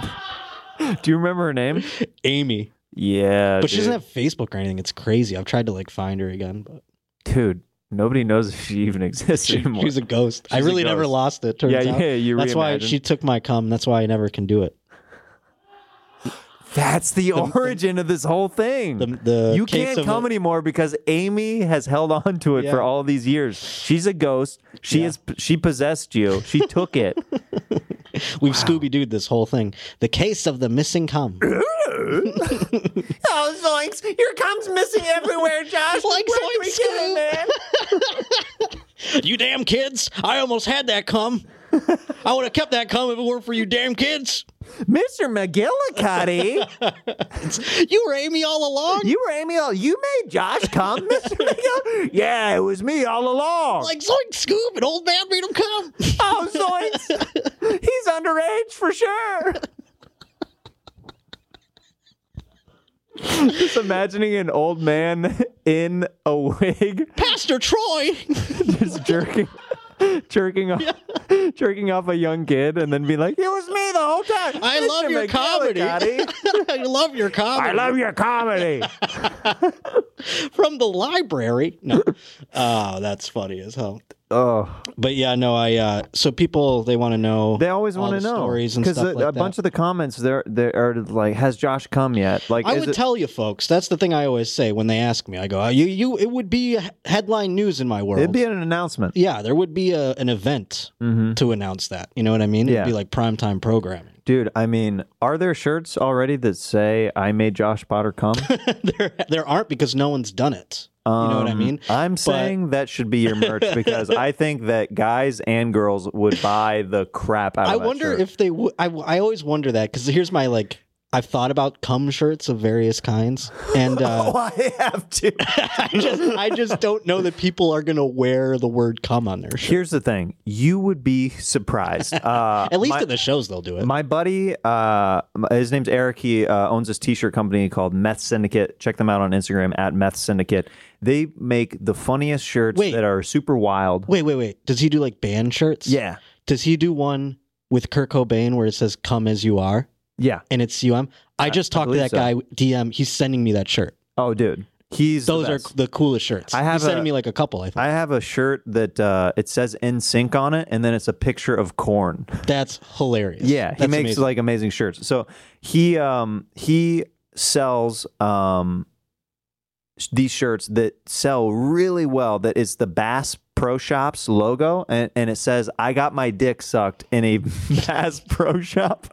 [SPEAKER 2] Dude, do you remember her name?
[SPEAKER 1] Amy.
[SPEAKER 2] Yeah,
[SPEAKER 1] But she
[SPEAKER 2] dude.
[SPEAKER 1] doesn't have Facebook or anything. It's crazy. I've tried to like find her again, but
[SPEAKER 2] dude. Nobody knows if she even exists
[SPEAKER 1] she,
[SPEAKER 2] anymore.
[SPEAKER 1] she's a ghost. I
[SPEAKER 2] She's a
[SPEAKER 1] really never
[SPEAKER 2] ghost.
[SPEAKER 1] lost it. Turns
[SPEAKER 2] yeah,
[SPEAKER 1] out.
[SPEAKER 2] yeah, you.
[SPEAKER 1] That's why
[SPEAKER 2] reimagine.
[SPEAKER 1] she took my cum. That's why I never can do it.
[SPEAKER 2] That's the, origin of this whole thing.
[SPEAKER 1] The, the
[SPEAKER 2] you
[SPEAKER 1] case
[SPEAKER 2] can't
[SPEAKER 1] of
[SPEAKER 2] come
[SPEAKER 1] it-
[SPEAKER 2] anymore because Amy has held on to it
[SPEAKER 1] Yeah.
[SPEAKER 2] for all these years. She's a ghost. She
[SPEAKER 1] Yeah.
[SPEAKER 2] is. She possessed you. She took it.
[SPEAKER 1] We've Scooby Dooed this whole thing. The case of the missing cum.
[SPEAKER 2] oh, zoinks! Your comes missing everywhere, Josh.
[SPEAKER 1] Like Where can we zoinks, get it, man? You damn kids! I almost had that cum. I would have kept that cum if it weren't for you damn kids.
[SPEAKER 2] Mr. McGillicuddy,
[SPEAKER 1] You were Amy all along.
[SPEAKER 2] you were Amy. All, you made Josh come, Mr. McGill. Yeah, it was me all along.
[SPEAKER 1] like Zoink Scoop and old man made him come.
[SPEAKER 2] oh, zoinks! He's underage for sure. Just imagining an old man in a wig
[SPEAKER 1] Pastor Troy.
[SPEAKER 2] just jerking jerking off jerking off a young kid and then be like, It was me the whole time.
[SPEAKER 1] I
[SPEAKER 2] Mr.
[SPEAKER 1] love your comedy.
[SPEAKER 2] McGillicuddy.
[SPEAKER 1] I love your comedy.
[SPEAKER 2] I love your comedy.
[SPEAKER 1] from the library. No. oh, that's funny as hell.
[SPEAKER 2] oh.
[SPEAKER 1] But yeah, no, I uh so people they want to know
[SPEAKER 2] They always
[SPEAKER 1] all
[SPEAKER 2] want to
[SPEAKER 1] the
[SPEAKER 2] know
[SPEAKER 1] stories and stuff
[SPEAKER 2] a,
[SPEAKER 1] like
[SPEAKER 2] a
[SPEAKER 1] that.
[SPEAKER 2] bunch of the comments there there are like, "Has Josh come yet?" Like,
[SPEAKER 1] I
[SPEAKER 2] is
[SPEAKER 1] would
[SPEAKER 2] it,
[SPEAKER 1] tell you folks, that's the thing I always say when they ask me. I go, "Oh, "You you it would be headline news in my world."
[SPEAKER 2] it'd be an announcement.
[SPEAKER 1] yeah, there would be a, an event
[SPEAKER 2] hmm
[SPEAKER 1] to announce that. You know what I mean?
[SPEAKER 2] Yeah.
[SPEAKER 1] It'd be like primetime programming.
[SPEAKER 2] Dude, I mean, are there shirts already that say "I made Josh Potter come"?
[SPEAKER 1] there there aren't because no one's done it.
[SPEAKER 2] Um,
[SPEAKER 1] know what I mean?
[SPEAKER 2] I'm saying that should be your merch because I think that guys and girls would buy the crap out of
[SPEAKER 1] I
[SPEAKER 2] that
[SPEAKER 1] wonder
[SPEAKER 2] shirt.
[SPEAKER 1] if they would. I, I always wonder that because here's my like. I've thought about cum shirts of various kinds, and uh,
[SPEAKER 2] Oh, I have to.
[SPEAKER 1] I just I just don't know that people are gonna wear the word cum on their shirt.
[SPEAKER 2] Here's the thing: you would be surprised. Uh,
[SPEAKER 1] At least
[SPEAKER 2] my,
[SPEAKER 1] in the shows they'll do it.
[SPEAKER 2] my buddy, uh, m- his name's Eric. He uh, owns this T-shirt company called Meth Syndicate. Check them out on Instagram at Meth Syndicate. They make the funniest shirts
[SPEAKER 1] Wait.
[SPEAKER 2] that are super wild.
[SPEAKER 1] wait, wait, wait. Does he do like band shirts?
[SPEAKER 2] Yeah,
[SPEAKER 1] Does he do one with Kurt Cobain where it says "Come as you are"
[SPEAKER 2] yeah.
[SPEAKER 1] and it's cum? I just talked to
[SPEAKER 2] believe
[SPEAKER 1] that
[SPEAKER 2] so.
[SPEAKER 1] guy DM. He's sending me that shirt.
[SPEAKER 2] Oh, dude. He's the
[SPEAKER 1] Those are
[SPEAKER 2] best.
[SPEAKER 1] the coolest shirts.
[SPEAKER 2] I have
[SPEAKER 1] He's sending
[SPEAKER 2] a-
[SPEAKER 1] me like a couple. I think
[SPEAKER 2] I have a shirt that uh, it says "In Sync" on it, and then it's a picture of corn.
[SPEAKER 1] that's hilarious.
[SPEAKER 2] Yeah, he
[SPEAKER 1] That's
[SPEAKER 2] makes
[SPEAKER 1] amazing.
[SPEAKER 2] like amazing shirts. So he um he sells um sh- these shirts that sell really well. That is the Bass Pro Shops logo, and, and it says "I got my dick sucked in a Bass Pro Shop,"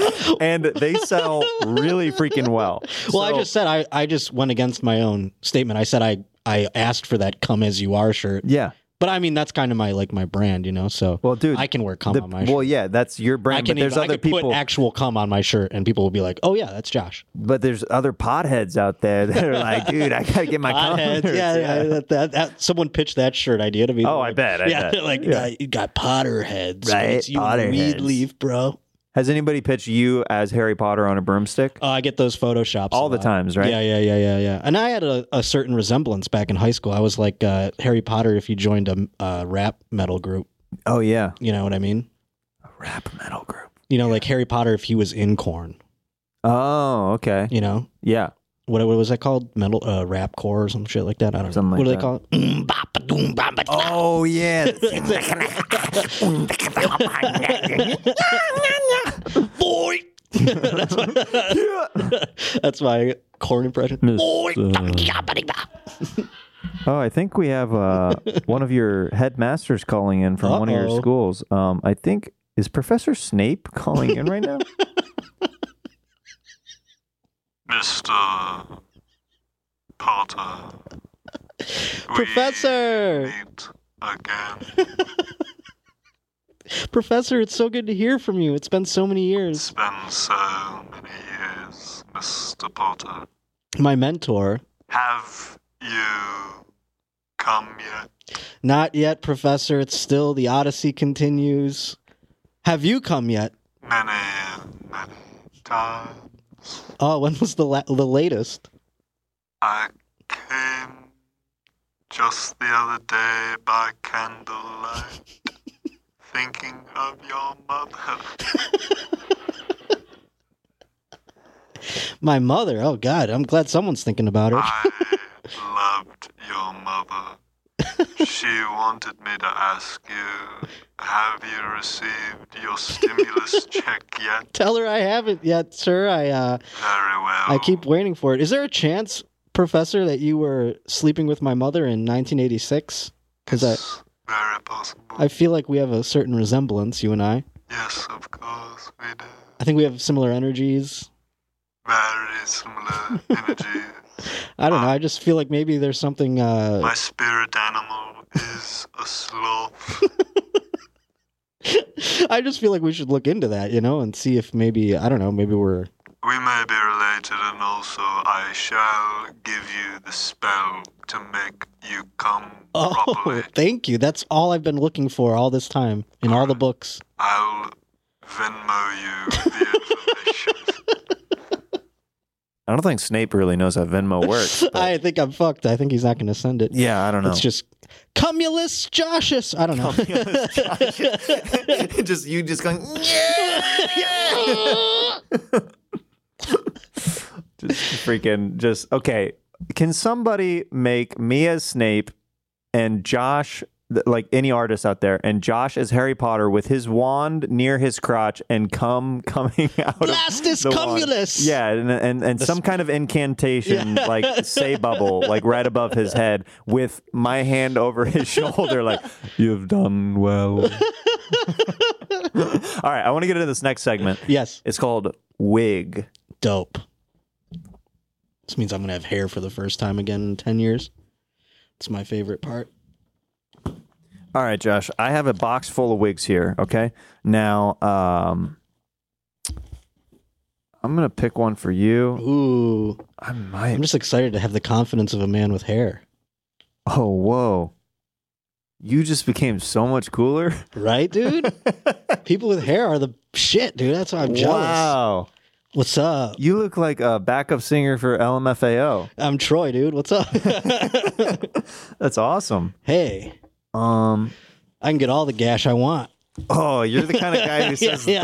[SPEAKER 2] and they sell really freaking well.
[SPEAKER 1] Well,
[SPEAKER 2] So-
[SPEAKER 1] I just said I, I just went against my own statement. I said I I asked for that "come as you are" shirt,
[SPEAKER 2] yeah.
[SPEAKER 1] but I mean that's kind of my like my brand, you know. So
[SPEAKER 2] Well, dude,
[SPEAKER 1] I can wear "come"
[SPEAKER 2] the-
[SPEAKER 1] on my
[SPEAKER 2] well,
[SPEAKER 1] shirt.
[SPEAKER 2] yeah, that's your
[SPEAKER 1] I
[SPEAKER 2] brand,
[SPEAKER 1] can
[SPEAKER 2] but there's
[SPEAKER 1] even, I
[SPEAKER 2] other
[SPEAKER 1] could
[SPEAKER 2] people.
[SPEAKER 1] put actual "come" on my shirt, and people will be like, "Oh yeah, that's Josh."
[SPEAKER 2] but there's other potheads out there that are like, dude, I gotta get my
[SPEAKER 1] Potheads,
[SPEAKER 2] condoms."
[SPEAKER 1] yeah, yeah. That, that, that, someone pitched that shirt idea to me.
[SPEAKER 2] Oh,
[SPEAKER 1] They're
[SPEAKER 2] I
[SPEAKER 1] like-
[SPEAKER 2] bet, I
[SPEAKER 1] yeah,
[SPEAKER 2] bet.
[SPEAKER 1] they're like
[SPEAKER 2] Yeah.
[SPEAKER 1] uh, you got Potter heads,
[SPEAKER 2] Right,
[SPEAKER 1] It's you
[SPEAKER 2] Potter
[SPEAKER 1] and weed
[SPEAKER 2] heads.
[SPEAKER 1] leaf, bro.
[SPEAKER 2] Has anybody pitched you as Harry Potter on a broomstick?
[SPEAKER 1] Uh, I get those photoshops
[SPEAKER 2] All
[SPEAKER 1] a
[SPEAKER 2] the
[SPEAKER 1] lot.
[SPEAKER 2] times, right?
[SPEAKER 1] Yeah, yeah, yeah, yeah, yeah. And I had a, a certain resemblance back in high school. I was like uh, Harry Potter if you joined a uh, rap metal group.
[SPEAKER 2] Oh yeah,
[SPEAKER 1] You know what I mean?
[SPEAKER 2] a rap metal group.
[SPEAKER 1] You know, like Harry Potter if he was in corn.
[SPEAKER 2] Oh, okay.
[SPEAKER 1] You know
[SPEAKER 2] Yeah.
[SPEAKER 1] what? What was that called? Metal uh, rap core or some shit like that. I don't
[SPEAKER 2] Something
[SPEAKER 1] know.
[SPEAKER 2] like
[SPEAKER 1] what do
[SPEAKER 2] that.
[SPEAKER 1] they call it? Mm, bop, doom, bop, bop.
[SPEAKER 2] Oh yeah.
[SPEAKER 1] boy. that's, my, that's my corn impression.
[SPEAKER 2] uh,
[SPEAKER 1] Boy.
[SPEAKER 2] oh, I think we have uh, one of your headmasters calling in from one of your
[SPEAKER 1] Uh-oh.
[SPEAKER 2] schools. Um, I think is Professor Snape calling in right now?
[SPEAKER 3] Mr. Potter,
[SPEAKER 1] Professor,
[SPEAKER 3] meet again.
[SPEAKER 1] Professor, it's so good to hear from you. It's been so many years.
[SPEAKER 3] It's been so many years, Mr. Potter.
[SPEAKER 1] My mentor,
[SPEAKER 3] Have you come yet?
[SPEAKER 1] not yet, Professor. It's still the Odyssey continues. Have you come yet?
[SPEAKER 3] Many, many times.
[SPEAKER 1] Oh, when was the la- the latest?
[SPEAKER 3] I came just the other day by candlelight, thinking of your mother.
[SPEAKER 1] My mother. Oh God, I'm glad someone's thinking about
[SPEAKER 4] Ah.
[SPEAKER 1] her.
[SPEAKER 3] I loved your mother. She wanted me to ask you, have you received your stimulus check yet?
[SPEAKER 1] Tell her I haven't yet, sir. I uh,
[SPEAKER 3] Very well.
[SPEAKER 4] Ah.
[SPEAKER 1] I keep waiting for it. Is there a chance, Professor, that you were sleeping with my mother in 1986? Because I,
[SPEAKER 3] It's Very possible.
[SPEAKER 1] I feel like we have a certain resemblance, you and I.
[SPEAKER 3] Yes, of course we do.
[SPEAKER 1] I think we have similar energies.
[SPEAKER 3] Very similar energies.
[SPEAKER 1] I don't know. I just feel like maybe there's something. Uh,
[SPEAKER 3] My spirit animal is a sloth.
[SPEAKER 1] I just feel like we should look into that, you know, and see if maybe I don't know. Maybe we're
[SPEAKER 3] We may be related, and also I shall give you the spell to make you come properly.
[SPEAKER 1] Oh, thank you. That's all I've been looking for all this time in all the books.
[SPEAKER 3] I'll Venmo you the information.
[SPEAKER 2] I don't think Snape really knows how Venmo works. but-
[SPEAKER 1] I think I'm fucked. I think he's not going to send it.
[SPEAKER 2] yeah, I don't know.
[SPEAKER 1] It's just cumulus Joshius. I don't know.
[SPEAKER 2] just you just going. just freaking just okay. Can somebody make me as Snape and Josh th- like any artist out there and Josh as Harry Potter with his wand near his crotch and cum coming out
[SPEAKER 1] Blastus
[SPEAKER 2] of the wand?
[SPEAKER 1] cumulus.
[SPEAKER 2] Yeah, and and, and some kind of incantation like say bubble like right above his head with my hand over his shoulder like you've done well. All right, I want to get into this next segment.
[SPEAKER 1] Yes.
[SPEAKER 2] It's called wig.
[SPEAKER 1] Dope. This means I'm going to have hair for the first time again in 10 years. It's my favorite part.
[SPEAKER 2] All right, Josh. I have a box full of wigs here. Okay. Now, um, I'm gonna pick one for you.
[SPEAKER 1] Ooh.
[SPEAKER 2] I
[SPEAKER 1] I'm
[SPEAKER 2] might.
[SPEAKER 1] just excited to have the confidence of a man with hair,
[SPEAKER 2] Oh, whoa! You just became so much cooler.
[SPEAKER 1] right, dude? People with hair are the shit, dude. That's why I'm jealous.
[SPEAKER 2] Wow!
[SPEAKER 1] What's up?
[SPEAKER 2] You look like a backup singer for LMFAO.
[SPEAKER 1] I'm Troy, dude. What's up?
[SPEAKER 2] That's awesome.
[SPEAKER 1] hey,
[SPEAKER 2] Um.
[SPEAKER 1] I can get all the gash I want.
[SPEAKER 2] Oh, you're the kind of guy who says
[SPEAKER 1] yeah.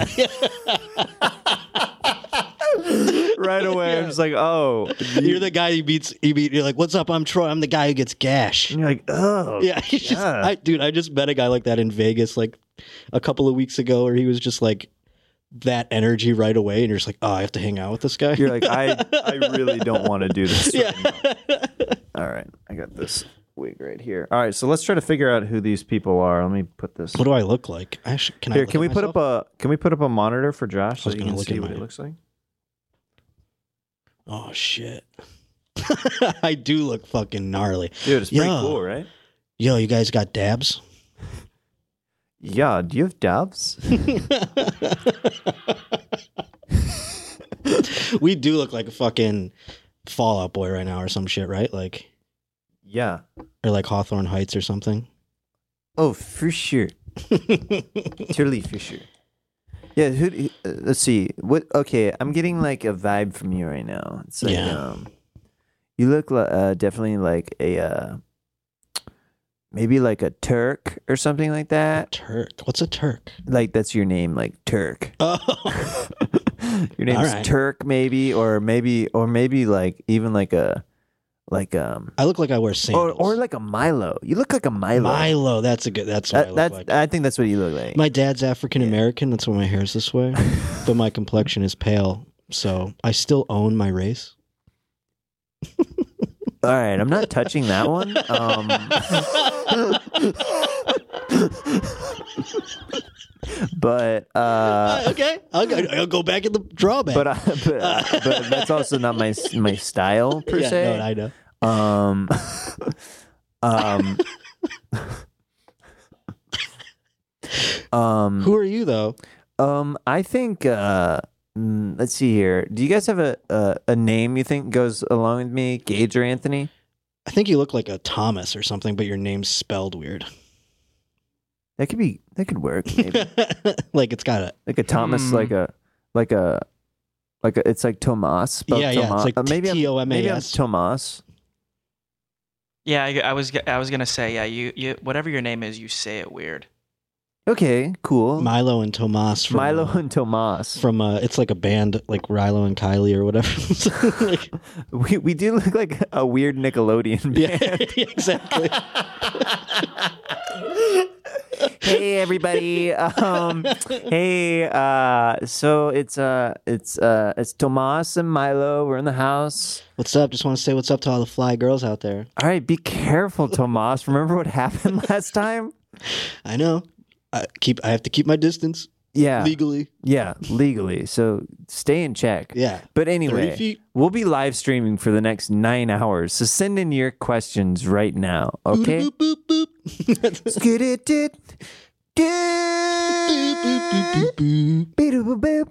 [SPEAKER 2] right away. I'm just like, oh,
[SPEAKER 1] You're the guy he beats. He beat. You're like, what's up? I'm Troy. I'm the guy who gets gash.
[SPEAKER 2] and you're like, oh,
[SPEAKER 1] Yeah, he's just-
[SPEAKER 2] Yeah.
[SPEAKER 1] I, dude, I just met a guy like that in Vegas like a couple of weeks ago, where he was just like that energy right away, and you're just like, oh, I have to hang out with this guy.
[SPEAKER 2] You're like, I, I really don't want to do this.
[SPEAKER 1] yeah,
[SPEAKER 2] All right, I got this wig right here. All right, so let's try to figure out who these people are. Let me put this
[SPEAKER 1] what do I look like? I should, can I
[SPEAKER 2] here.
[SPEAKER 1] look
[SPEAKER 2] Can
[SPEAKER 1] at
[SPEAKER 2] we put
[SPEAKER 1] myself?
[SPEAKER 2] up a Can we put up a monitor for Josh so
[SPEAKER 1] was
[SPEAKER 2] you
[SPEAKER 1] gonna
[SPEAKER 2] can
[SPEAKER 1] look
[SPEAKER 2] see
[SPEAKER 1] at
[SPEAKER 2] what he
[SPEAKER 1] mine.
[SPEAKER 2] looks like?
[SPEAKER 1] Oh shit. I do look fucking gnarly.
[SPEAKER 2] Dude, it's pretty
[SPEAKER 1] Yeah.
[SPEAKER 2] cool, right?
[SPEAKER 1] Yo, you guys got dabs?
[SPEAKER 2] Yeah. Do you have doves?
[SPEAKER 1] we do look like a fucking Fallout Boy right now or some shit, right? Like
[SPEAKER 2] yeah.
[SPEAKER 1] or like Hawthorne Heights or something.
[SPEAKER 2] Oh, for sure. Totally for sure. Yeah. Who? Uh, let's see. What? Okay, I'm getting like a vibe from you right now. It's like,
[SPEAKER 1] Yeah.
[SPEAKER 2] um, you look li- uh, definitely like a uh, maybe like a Turk or something like that.
[SPEAKER 1] Turk. What's a Turk?
[SPEAKER 2] Like that's your name, like Turk.
[SPEAKER 1] Oh,
[SPEAKER 2] Your name's
[SPEAKER 1] right.
[SPEAKER 2] Turk, maybe, or maybe, or maybe like even like a, like um,
[SPEAKER 1] I look like I wear
[SPEAKER 2] or
[SPEAKER 1] sandals.
[SPEAKER 2] or like a Milo. You look like a Milo.
[SPEAKER 1] Milo. That's a good. That's what I
[SPEAKER 2] That-
[SPEAKER 1] look
[SPEAKER 2] that's.
[SPEAKER 1] like.
[SPEAKER 2] I think that's what you look like.
[SPEAKER 1] My dad's African American. That's why my hair's this way, but my complexion is pale. So I still own my race.
[SPEAKER 2] All right, I'm not touching that one. Um, Uh, but uh,
[SPEAKER 1] Uh, okay, I'll go, I'll go back at the drawback.
[SPEAKER 2] but uh, I, but, I- but that's also not my s- my style per
[SPEAKER 1] Uh, yeah,
[SPEAKER 2] se.
[SPEAKER 1] no, I know.
[SPEAKER 2] Um, um, um, mm.
[SPEAKER 1] Who are you though?
[SPEAKER 2] um, I think. Uh, mm, let's see here. Do you guys have a, a a name you think goes along with me, Gage or Anthony?
[SPEAKER 1] I think you look like a Thomas or something, but your name's spelled weird.
[SPEAKER 2] That could be. That could work. Maybe.
[SPEAKER 1] like it's got a
[SPEAKER 2] like a Thomas,
[SPEAKER 5] Hmm.
[SPEAKER 2] like a like a like a. It's like Tomas. spelled
[SPEAKER 1] yeah, yeah.
[SPEAKER 2] Tomas.
[SPEAKER 1] It's like
[SPEAKER 2] Uh, maybe I'm,
[SPEAKER 1] T O M A
[SPEAKER 2] maybe I'm
[SPEAKER 1] S.
[SPEAKER 2] Tomas.
[SPEAKER 5] Yeah, I, I was g- I was gonna say yeah. You, you whatever your name is, you say it weird.
[SPEAKER 2] Okay, cool.
[SPEAKER 1] Milo and Tomas from uh,
[SPEAKER 2] Milo and Tomas.
[SPEAKER 1] from uh, it's like a band like Rilo and Kylie or whatever. So, like,
[SPEAKER 2] We we do look like a weird Nickelodeon
[SPEAKER 1] yeah,
[SPEAKER 2] band.
[SPEAKER 1] exactly.
[SPEAKER 2] hey everybody. Um, hey, uh, so it's uh it's uh it's Tomas and Milo. We're in the house.
[SPEAKER 1] What's up? Just want to say what's up to all the fly girls out there.
[SPEAKER 2] All right, be careful, Tomas. Remember what happened last time?
[SPEAKER 1] I know. I keep. I have to keep my distance
[SPEAKER 2] Yeah,
[SPEAKER 1] legally.
[SPEAKER 2] yeah, legally. So stay in check.
[SPEAKER 1] Yeah.
[SPEAKER 2] But
[SPEAKER 1] Three
[SPEAKER 2] anyway,
[SPEAKER 1] feet.
[SPEAKER 2] We'll be live streaming for the next nine hours, so send in your questions right now, okay?
[SPEAKER 1] Boop boop boop. That's-
[SPEAKER 2] Skididid.
[SPEAKER 1] boop, boop, boop, boop, boop.
[SPEAKER 2] Beedoo-boop-boop.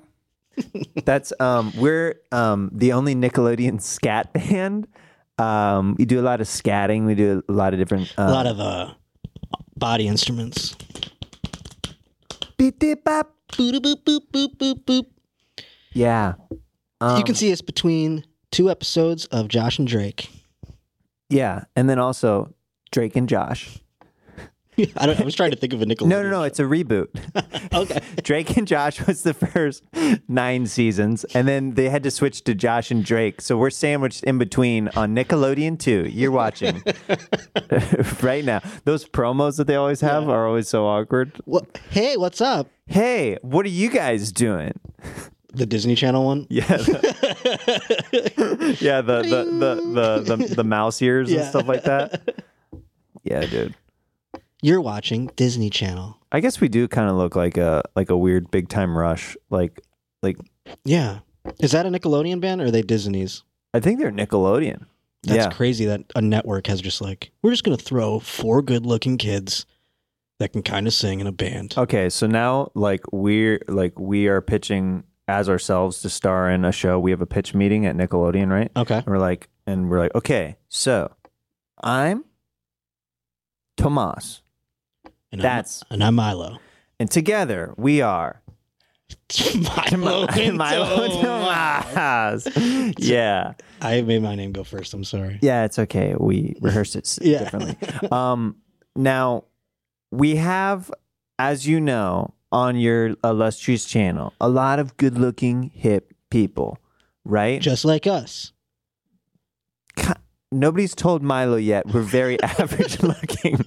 [SPEAKER 2] That's um, we're um the only Nickelodeon scat band. Um, we do a lot of scatting. We do a lot of different. Um,
[SPEAKER 1] A lot of uh, body instruments.
[SPEAKER 2] beep, beep, bop.
[SPEAKER 1] Boop boop boop boop boop boop.
[SPEAKER 2] Yeah. Um,
[SPEAKER 1] you can see us between two episodes of Josh and Drake.
[SPEAKER 2] Yeah, and then also Drake and Josh.
[SPEAKER 1] I, don't, I was trying to think of a Nickelodeon.
[SPEAKER 2] No, no, no. It's a reboot.
[SPEAKER 1] Okay.
[SPEAKER 2] Drake and Josh was the first nine seasons, and then they had to switch to Josh and Drake. So we're sandwiched in between on Nickelodeon 2. You're watching right now. Those promos that they always have are always so awkward.
[SPEAKER 1] Well, hey, what's up?
[SPEAKER 2] Hey, what are you guys doing?
[SPEAKER 1] The Disney Channel one.
[SPEAKER 2] Yeah, the, yeah, the the, the the the the mouse ears and
[SPEAKER 1] Yeah.
[SPEAKER 2] stuff like that. Yeah, dude.
[SPEAKER 1] You're watching Disney Channel.
[SPEAKER 2] I guess we do kind of look like a like a weird big time rush. Like like
[SPEAKER 1] Yeah. Is that a Nickelodeon band or are they Disney's?
[SPEAKER 2] I think they're Nickelodeon.
[SPEAKER 1] That's
[SPEAKER 2] yeah.
[SPEAKER 1] crazy that a network has just like we're just gonna throw four good-looking kids that can kind of sing in a band.
[SPEAKER 2] Okay, so now like we're like we are pitching as ourselves to star in a show. We have a pitch meeting at Nickelodeon, right?
[SPEAKER 1] Okay.
[SPEAKER 2] And we're like, and we're like, okay, so I'm Tomas,
[SPEAKER 1] And
[SPEAKER 2] That's-
[SPEAKER 1] I'm, and I'm Milo.
[SPEAKER 2] and together we are
[SPEAKER 1] Milo. and Tomas.
[SPEAKER 2] Tomas. yeah,
[SPEAKER 1] I made my name go first. I'm sorry.
[SPEAKER 2] yeah, it's okay. We rehearsed it s-
[SPEAKER 1] Yeah.
[SPEAKER 2] differently. Um, now we have, as you know, on your illustrious channel, a lot of good-looking hip people. right?
[SPEAKER 1] just like us.
[SPEAKER 2] Nobody's told Milo yet. We're very average looking.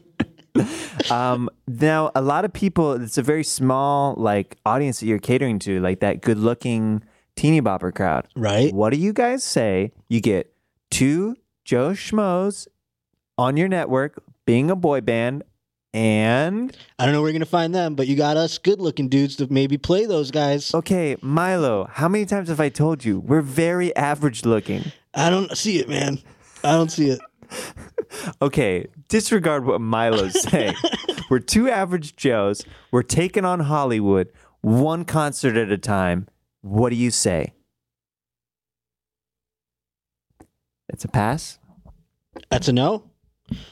[SPEAKER 2] um, now, a lot of people, it's a very small like audience that you're catering to, like that good looking teeny bopper crowd.
[SPEAKER 1] Right?
[SPEAKER 2] What do you guys say? You get two Joe Schmoes on your network being a boy band and
[SPEAKER 1] I don't know where you're gonna find them, but you got us good looking dudes to maybe play those guys.
[SPEAKER 2] okay, Milo, how many times have I told you we're very average looking?
[SPEAKER 1] I don't see it, man. I don't see it.
[SPEAKER 2] Okay, disregard what Milo's saying. we're two average Joes. We're taking on Hollywood one concert at a time. What do you say? It's a pass?
[SPEAKER 1] That's a no.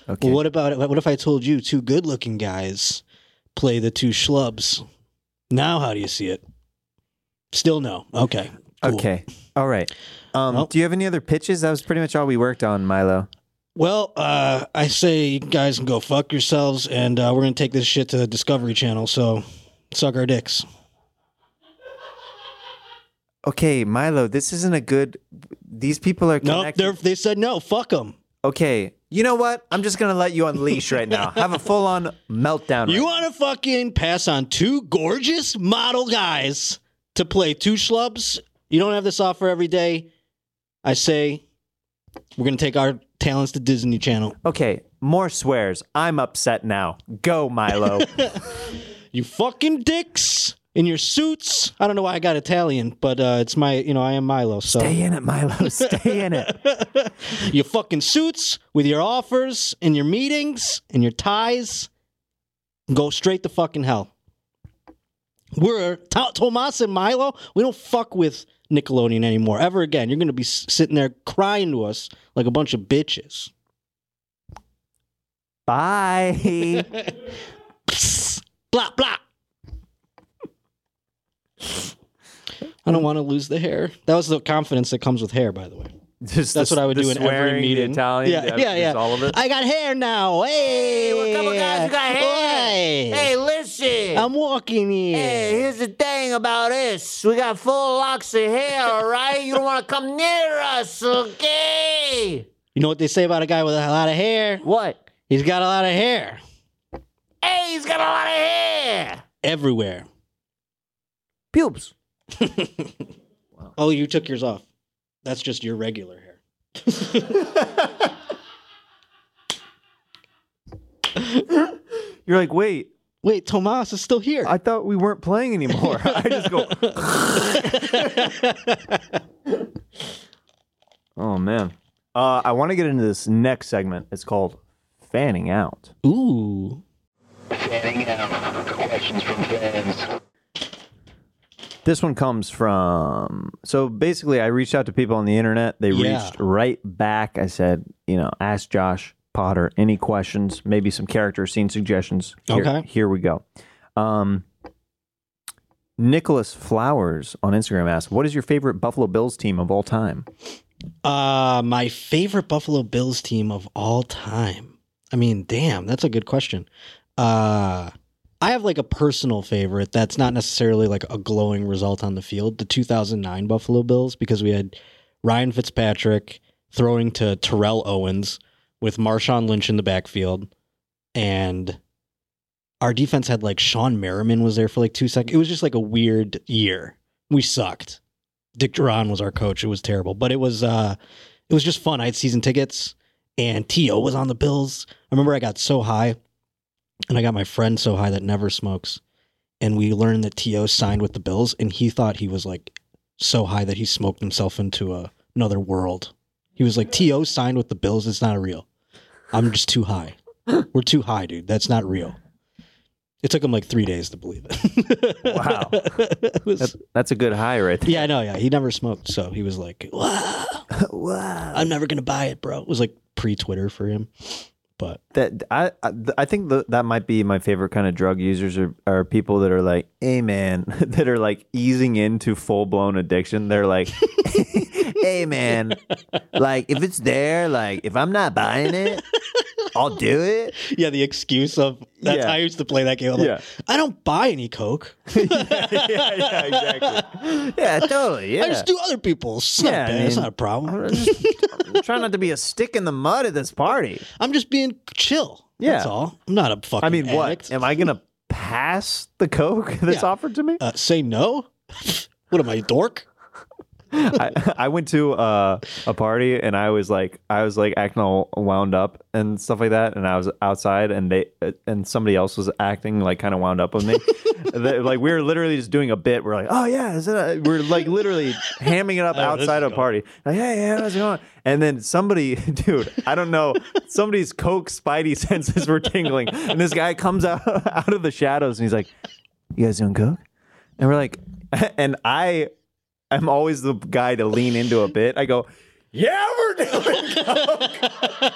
[SPEAKER 2] Okay.
[SPEAKER 1] Well, what about what if I told you two good looking guys play the two schlubs? Now, how do you see it? Still no. Okay. cool.
[SPEAKER 2] Okay. All right. Um,
[SPEAKER 1] Well-
[SPEAKER 2] do you have any other pitches? That was pretty much all we worked on, Milo.
[SPEAKER 1] Well, uh, I say you guys can go fuck yourselves, and uh, we're gonna take this shit to the Discovery Channel. So, suck our dicks.
[SPEAKER 2] Okay, Milo, this isn't a good. These people are
[SPEAKER 1] No,
[SPEAKER 2] connected.
[SPEAKER 1] they they said no. Fuck them.
[SPEAKER 2] okay, you know what? I'm just gonna let you unleash right now. Have a full on meltdown.
[SPEAKER 1] You
[SPEAKER 2] right
[SPEAKER 1] want to fucking pass on two gorgeous model guys to play two schlubs? You don't have this offer every day. I say we're gonna take our talents to Disney Channel.
[SPEAKER 2] now. Okay, more swears. I'm upset now. Go, Milo.
[SPEAKER 1] You fucking dicks in your suits. I don't know why I got Italian, but uh, it's my, you know, I am Milo. So
[SPEAKER 2] Stay in it, Milo. Stay in it.
[SPEAKER 1] your fucking suits with your offers and your meetings and your ties go straight to fucking hell. We're to- Tomas and Milo. We don't fuck with Nickelodeon anymore ever again. You're gonna be s- sitting there crying to us like a bunch of bitches.
[SPEAKER 2] Bye.
[SPEAKER 1] Psst. blah blah. I don't want to lose the hair. That was the confidence that comes with hair, by the way.
[SPEAKER 2] Just
[SPEAKER 1] That's
[SPEAKER 2] the-
[SPEAKER 1] what I would
[SPEAKER 2] the
[SPEAKER 1] do in every
[SPEAKER 2] swearing, the
[SPEAKER 1] meeting.
[SPEAKER 2] Italian,
[SPEAKER 1] Yeah,
[SPEAKER 2] the-
[SPEAKER 1] yeah, yeah.
[SPEAKER 2] just All of it.
[SPEAKER 1] I got hair now. Hey,
[SPEAKER 2] we're a couple guys who got hair.
[SPEAKER 1] Hey,
[SPEAKER 2] listen.
[SPEAKER 1] I'm walking here.
[SPEAKER 2] here's the thing about this. We got full locks of hair, all right? You don't want to come near us, okay?
[SPEAKER 1] You know what they say about a guy with a lot of hair?
[SPEAKER 2] What?
[SPEAKER 1] He's got a lot of hair
[SPEAKER 2] Hey, he's got a lot of hair.
[SPEAKER 1] everywhere.
[SPEAKER 2] Pubes.
[SPEAKER 1] Oh, you took yours off. That's just your regular hair.
[SPEAKER 2] You're like, wait,
[SPEAKER 1] Wait, Tomas is still here.
[SPEAKER 2] I thought we weren't playing anymore. I just go, oh, man. Uh, I want to get into this next segment. It's called Fanning Out.
[SPEAKER 1] Ooh.
[SPEAKER 2] This one comes from. So basically, I reached out to people on the internet. They
[SPEAKER 1] Yeah.
[SPEAKER 2] reached right back. I said, you know, ask Josh Potter any questions, maybe some character scene suggestions. Here,
[SPEAKER 1] Okay.
[SPEAKER 2] Here we go. Um, Nicholas Flowers on Instagram asked, What is your favorite Buffalo Bills team of all time?
[SPEAKER 1] Uh, my favorite Buffalo Bills team of all time. I mean, damn, that's a good question. Uh, I have like a personal favorite that's not necessarily like a glowing result on the field. The 2009 Buffalo Bills because we had Ryan Fitzpatrick throwing to Terrell Owens with Marshawn Lynch in the backfield, and our defense had like Sean Merriman was there for like two seconds. It was just like a weird year. We sucked. Dick Duran was our coach. It was terrible, but it was uh, it was just fun. I had season tickets, and T.O. was on the Bills. I remember I got so high, and I got my friend so high that never smokes, and we learned that T.O. signed with the Bills, and he thought he was like so high that he smoked himself into a, another world. He was like, T.O. signed with the Bills. It's not real. I'm just too high. We're too high, dude. That's not real. It took him like three days to believe it.
[SPEAKER 2] Wow.
[SPEAKER 1] It was-
[SPEAKER 2] That's, that's a good high right there.
[SPEAKER 1] yeah, I know. Yeah, he never smoked, so he was like, "Wow,
[SPEAKER 2] wow.
[SPEAKER 1] I'm never gonna buy it, bro." It was like pre-Twitter for him, but
[SPEAKER 2] That, I, I, I think the, that might be my favorite kind of drug users are, are people that are like, hey man, that are like easing into full blown addiction. They're like, hey man, like if it's there, like if I'm not buying it, I'll do it.
[SPEAKER 1] Yeah, the excuse of that's
[SPEAKER 2] Yeah.
[SPEAKER 1] I used to play that game. I'm like,
[SPEAKER 2] Yeah.
[SPEAKER 1] I don't buy any Coke.
[SPEAKER 2] yeah, yeah, exactly. Yeah, totally. Yeah.
[SPEAKER 1] I just do other people's. It's not
[SPEAKER 2] Yeah, I
[SPEAKER 1] bad. it's
[SPEAKER 2] mean-
[SPEAKER 1] not a problem.
[SPEAKER 2] I'm just- I'm trying not to be a stick in the mud at this party.
[SPEAKER 1] I'm just being chill. That's
[SPEAKER 2] Yeah.
[SPEAKER 1] all. I'm not a fucking
[SPEAKER 2] I mean,
[SPEAKER 1] addict.
[SPEAKER 2] what? Am I gonna pass the coke that's
[SPEAKER 1] Yeah.
[SPEAKER 2] offered to me?
[SPEAKER 1] Uh, say no? what am I, a dork?
[SPEAKER 2] I, I went to uh, a party and I was like, I was like acting all wound up and stuff like that. And I was outside and they and somebody else was acting like kind of wound up with me. They- like we were literally just doing a bit. We're like, oh yeah, is it a-" we're like literally hamming it up
[SPEAKER 1] Oh, this
[SPEAKER 2] outside
[SPEAKER 1] is
[SPEAKER 2] a
[SPEAKER 1] going.
[SPEAKER 2] party. Like, yeah, yeah, how's it going? And then somebody, dude, I don't know, somebody's coke spidey senses were tingling, and this guy comes out out of the shadows and he's like, you guys doing coke? And we're like, and I I'm always the guy to lean into a bit. I go, yeah, we're doing. it."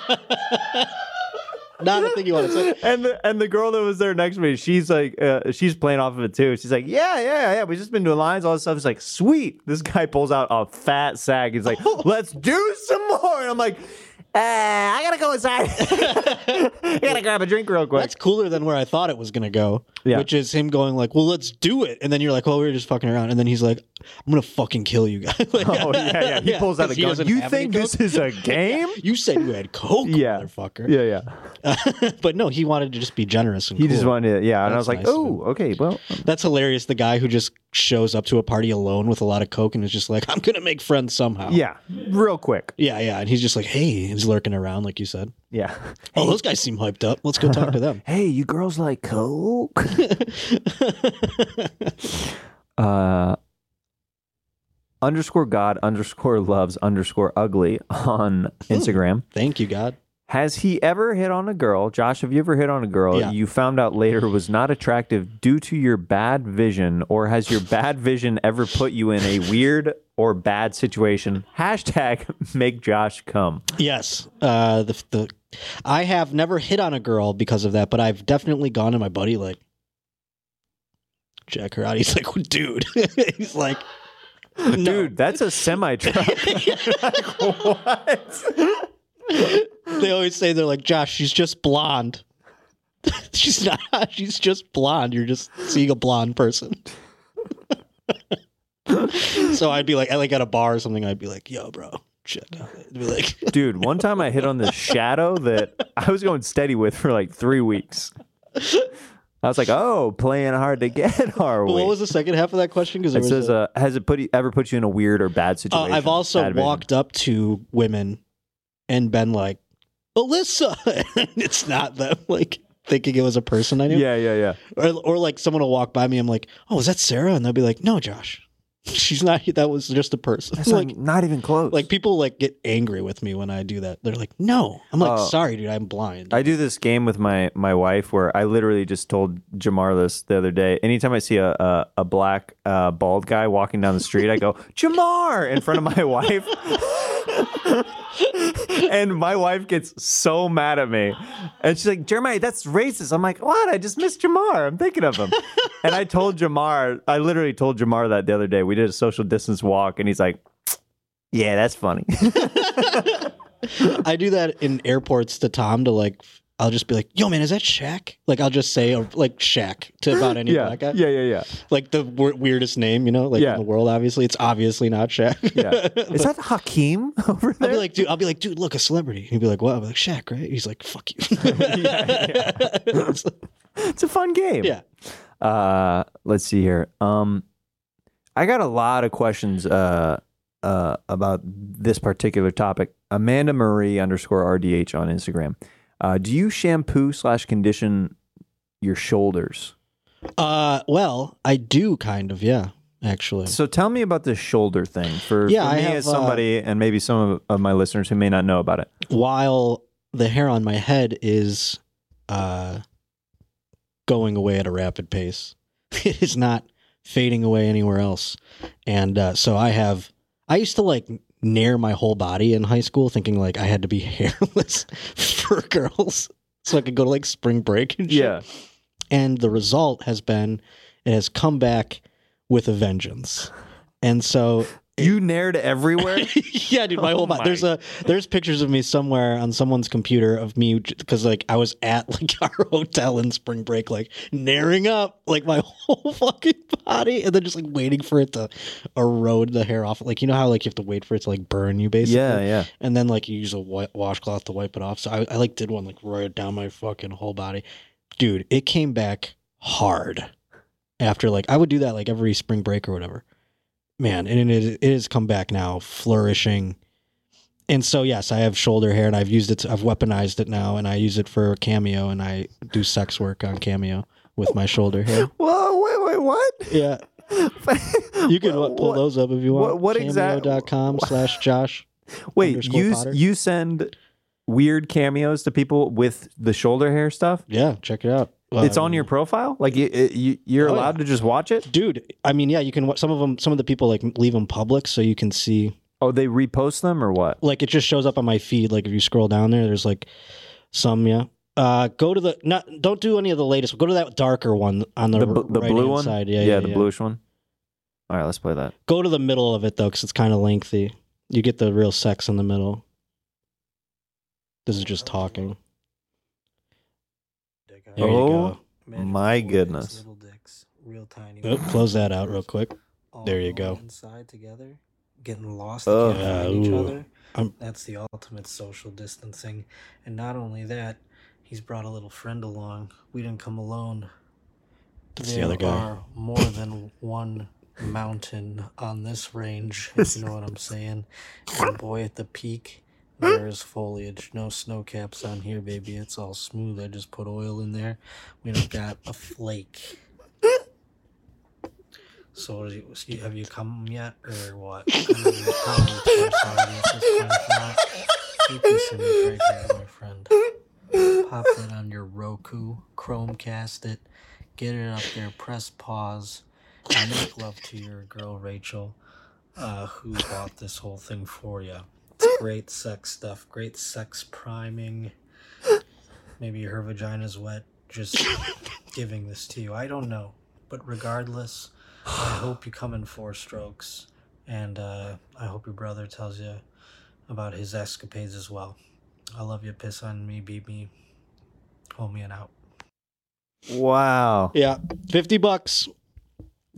[SPEAKER 1] Not a thing you want to say.
[SPEAKER 2] And the, and the girl that was there next to me, she's like, uh, she's playing off of it too. She's like, yeah, yeah, yeah. We've just been doing lines, all this stuff. It's like, sweet. This guy pulls out a fat sack. He's like, let's do some more. And I'm like, uh, I gotta go inside. I gotta grab a drink real quick.
[SPEAKER 1] That's cooler than where I thought it was gonna go.
[SPEAKER 2] Yeah.
[SPEAKER 1] Which is him going like, "Well, let's do it," and then you're like, "Well, we were just fucking around," and then he's like, "I'm gonna fucking kill you guys." Like-
[SPEAKER 2] oh yeah, yeah. He pulls out a
[SPEAKER 1] 'cause he
[SPEAKER 2] gun.
[SPEAKER 1] doesn't
[SPEAKER 2] You
[SPEAKER 1] have any
[SPEAKER 2] think
[SPEAKER 1] coke.
[SPEAKER 2] this is a game?
[SPEAKER 1] You said you had coke,
[SPEAKER 2] Yeah.
[SPEAKER 1] motherfucker.
[SPEAKER 2] yeah, yeah.
[SPEAKER 1] but no, he wanted to just be generous and
[SPEAKER 2] He
[SPEAKER 1] cool.
[SPEAKER 2] just wanted, to, yeah. And I
[SPEAKER 1] That's
[SPEAKER 2] was like,
[SPEAKER 1] nice of him.
[SPEAKER 2] oh, okay, well,
[SPEAKER 1] That's hilarious. The guy who just shows up to a party alone with a lot of coke and is just like, "I'm gonna make friends somehow."
[SPEAKER 2] yeah, real quick,
[SPEAKER 1] yeah, yeah. And he's just like, "Hey," he's lurking around, like you said.
[SPEAKER 2] yeah.
[SPEAKER 1] Oh, those guys seem hyped up. Let's go talk to them.
[SPEAKER 2] hey, you girls like Coke? uh, underscore God underscore loves underscore ugly on Instagram.
[SPEAKER 1] Thank you, God.
[SPEAKER 2] Has he ever hit on a girl? Josh, have you ever hit on a girl
[SPEAKER 1] Yeah.
[SPEAKER 2] you found out later was not attractive due to your bad vision, or has your bad vision ever put you in a weird or bad situation? Hashtag make Josh come.
[SPEAKER 1] Yes. Uh, the the I have never hit on a girl because of that, but I've definitely gone to my buddy like check her out. He's like, dude. he's like, no.
[SPEAKER 2] Dude, that's a semi truck. like, what?
[SPEAKER 1] They always say they're like, Josh, she's just blonde. she's not. She's just blonde. You're just seeing a blonde person. so I'd be like, I like at a bar or something. I'd be like, yo, bro, check out. I'd be like,
[SPEAKER 2] Dude, one time I hit on this shadow that I was going steady with for like three weeks. I was like, "Oh, playing hard to get, are
[SPEAKER 1] But
[SPEAKER 2] we?"
[SPEAKER 1] what was the second half of that question? Because
[SPEAKER 2] it says, uh, "Has it put you, ever put you in a weird or bad
[SPEAKER 1] Uh,
[SPEAKER 2] situation?"
[SPEAKER 1] I've also
[SPEAKER 2] Bad vision.
[SPEAKER 1] walked up to women and been like, Alyssa. and it's not them, like thinking it was a person I knew.
[SPEAKER 2] Yeah, yeah, yeah.
[SPEAKER 1] Or, or like someone will walk by me. I'm like, oh, is that Sarah? And they'll be like, no, Josh. She's not. That was just a person.
[SPEAKER 2] That's
[SPEAKER 1] like,
[SPEAKER 2] like not even close.
[SPEAKER 1] like people like get angry with me when I do that. They're like, no. I'm like,
[SPEAKER 2] Oh.
[SPEAKER 1] sorry, dude. I'm blind.
[SPEAKER 2] I do this game with my my wife where I literally just told Jamar this the other day. Anytime I see a a, a black uh, bald guy walking down the street, I go Jamar in front of my wife, and my wife gets so mad at me, and she's like, Jeremiah, that's racist. I'm like, what? I just missed Jamar. I'm thinking of him, and I told Jamar, I literally told Jamar that the other day. We did a social distance walk, and he's like. Yeah, that's funny.
[SPEAKER 1] I do that in airports to Tom to like. I'll just be like, "Yo, man, is that Shaq?" Like, I'll just say uh, like Shaq to about any
[SPEAKER 2] yeah,
[SPEAKER 1] black guy.
[SPEAKER 2] yeah, yeah, yeah.
[SPEAKER 1] like the wor- weirdest name, you know, like
[SPEAKER 2] Yeah.
[SPEAKER 1] in the world. Obviously, it's obviously not Shaq.
[SPEAKER 2] Yeah. Is that Hakeem over
[SPEAKER 1] I'll
[SPEAKER 2] there?
[SPEAKER 1] be like, dude. I'll be like, dude. Look, a celebrity. He'd be like, what? I'll be like, Shaq, right? He's like, fuck you.
[SPEAKER 2] Yeah,
[SPEAKER 1] It's like-
[SPEAKER 2] it's a fun game.
[SPEAKER 1] yeah.
[SPEAKER 2] Uh, let's see here. Um, I got a lot of questions uh, uh, about this particular topic. Amanda Marie underscore RDH on Instagram. Uh, do you shampoo slash condition your shoulders?
[SPEAKER 1] Uh, well, I do kind of. Yeah, actually.
[SPEAKER 2] So tell me about this shoulder thing for,
[SPEAKER 1] Yeah,
[SPEAKER 2] for
[SPEAKER 1] I
[SPEAKER 2] me
[SPEAKER 1] have, uh,
[SPEAKER 2] as somebody and maybe some of, of my listeners who may not know about it.
[SPEAKER 1] While the hair on my head is uh going away at a rapid pace, it is not fading away anywhere else. And uh, so I have. I used to like nair my whole body in high school, thinking like I had to be hairless for girls, so I could go to like spring break and shit. and the result has been it has come back with a vengeance. And so
[SPEAKER 2] You nared everywhere.
[SPEAKER 1] yeah, dude, my
[SPEAKER 2] Oh
[SPEAKER 1] whole body.
[SPEAKER 2] my.
[SPEAKER 1] There's a there's pictures of me somewhere on someone's computer of me because like I was at like our hotel in spring break, like naring up like my whole fucking body, and then just like waiting for it to erode the hair off. Like you know how like you have to wait for it to like burn you basically.
[SPEAKER 2] yeah, yeah.
[SPEAKER 1] And then like you use a wa- washcloth to wipe it off. So I, I like did one like right down my fucking whole body, dude. It came back hard after like I would do that like every spring break or whatever. Man, and it is it has come back now flourishing. And so yes, I have shoulder hair and I've used it. To, I've weaponized it now, and I use it for cameo, and I do sex work on cameo with my shoulder hair.
[SPEAKER 2] Whoa, wait, wait, what?
[SPEAKER 1] Yeah, you can
[SPEAKER 2] Wha-
[SPEAKER 1] what, pull
[SPEAKER 2] what-
[SPEAKER 1] those up if you
[SPEAKER 2] what-
[SPEAKER 1] want.
[SPEAKER 2] what exact-
[SPEAKER 1] Cameo.com slash Josh.
[SPEAKER 2] Wait,
[SPEAKER 1] underscore
[SPEAKER 2] you
[SPEAKER 1] Potter?
[SPEAKER 2] you send weird cameos to people with the shoulder hair stuff.
[SPEAKER 1] Yeah, check it out.
[SPEAKER 2] it's
[SPEAKER 1] Um,
[SPEAKER 2] on your profile. Like you, you you're
[SPEAKER 1] Oh, yeah.
[SPEAKER 2] allowed to just watch it.
[SPEAKER 1] dude i mean yeah you can wa- some of them some of the people like leave them public so you can see
[SPEAKER 2] Oh, they repost them or what?
[SPEAKER 1] like it just shows up on my feed like if you scroll down there there's like some yeah uh go to the not don't do any of the latest go to that darker one on the,
[SPEAKER 2] The bl- the
[SPEAKER 1] right
[SPEAKER 2] blue one.
[SPEAKER 1] side yeah yeah,
[SPEAKER 2] the
[SPEAKER 1] yeah.
[SPEAKER 2] bluish one. All right, let's play that.
[SPEAKER 1] go to the middle of it though because it's kind of lengthy you get the real sex in the middle this is just talking there you
[SPEAKER 2] Oh.
[SPEAKER 1] go
[SPEAKER 2] My goodness.
[SPEAKER 6] Little dicks, real tiny
[SPEAKER 1] Oh,
[SPEAKER 6] ones.
[SPEAKER 1] close that out real quick
[SPEAKER 6] All
[SPEAKER 1] There you go.
[SPEAKER 6] going Inside together, getting lost
[SPEAKER 2] Ugh.
[SPEAKER 6] and can't find each
[SPEAKER 1] Yeah, ooh.
[SPEAKER 6] other.
[SPEAKER 1] I'm-
[SPEAKER 6] That's the ultimate social distancing. And not only that, he's brought a little friend along. We didn't come alone.
[SPEAKER 1] That's the
[SPEAKER 6] there
[SPEAKER 1] other guy.
[SPEAKER 6] are more than one mountain on this range, if you know what I'm saying. And boy, at the peak, there is foliage. No snow caps on here, baby. It's all smooth. I just put oil in there. We don't got a flake. So, what do you- so you- have you come yet, or what? I mean, you come, so I'm sorry, this is kind of not- you can send it right there, my friend. Pop that on your Roku, Chromecast it, get it up there, press pause, and make love to your girl Rachel, uh, who bought this whole thing for you. It's great sex stuff, great sex priming. Maybe her vagina's wet, just giving this to you. I don't know. But regardless, I hope you come in four strokes. And uh, I hope your brother tells you about his escapades as well. I love you. Piss on me, beat me, hold me and out.
[SPEAKER 2] Wow,
[SPEAKER 1] yeah 50 bucks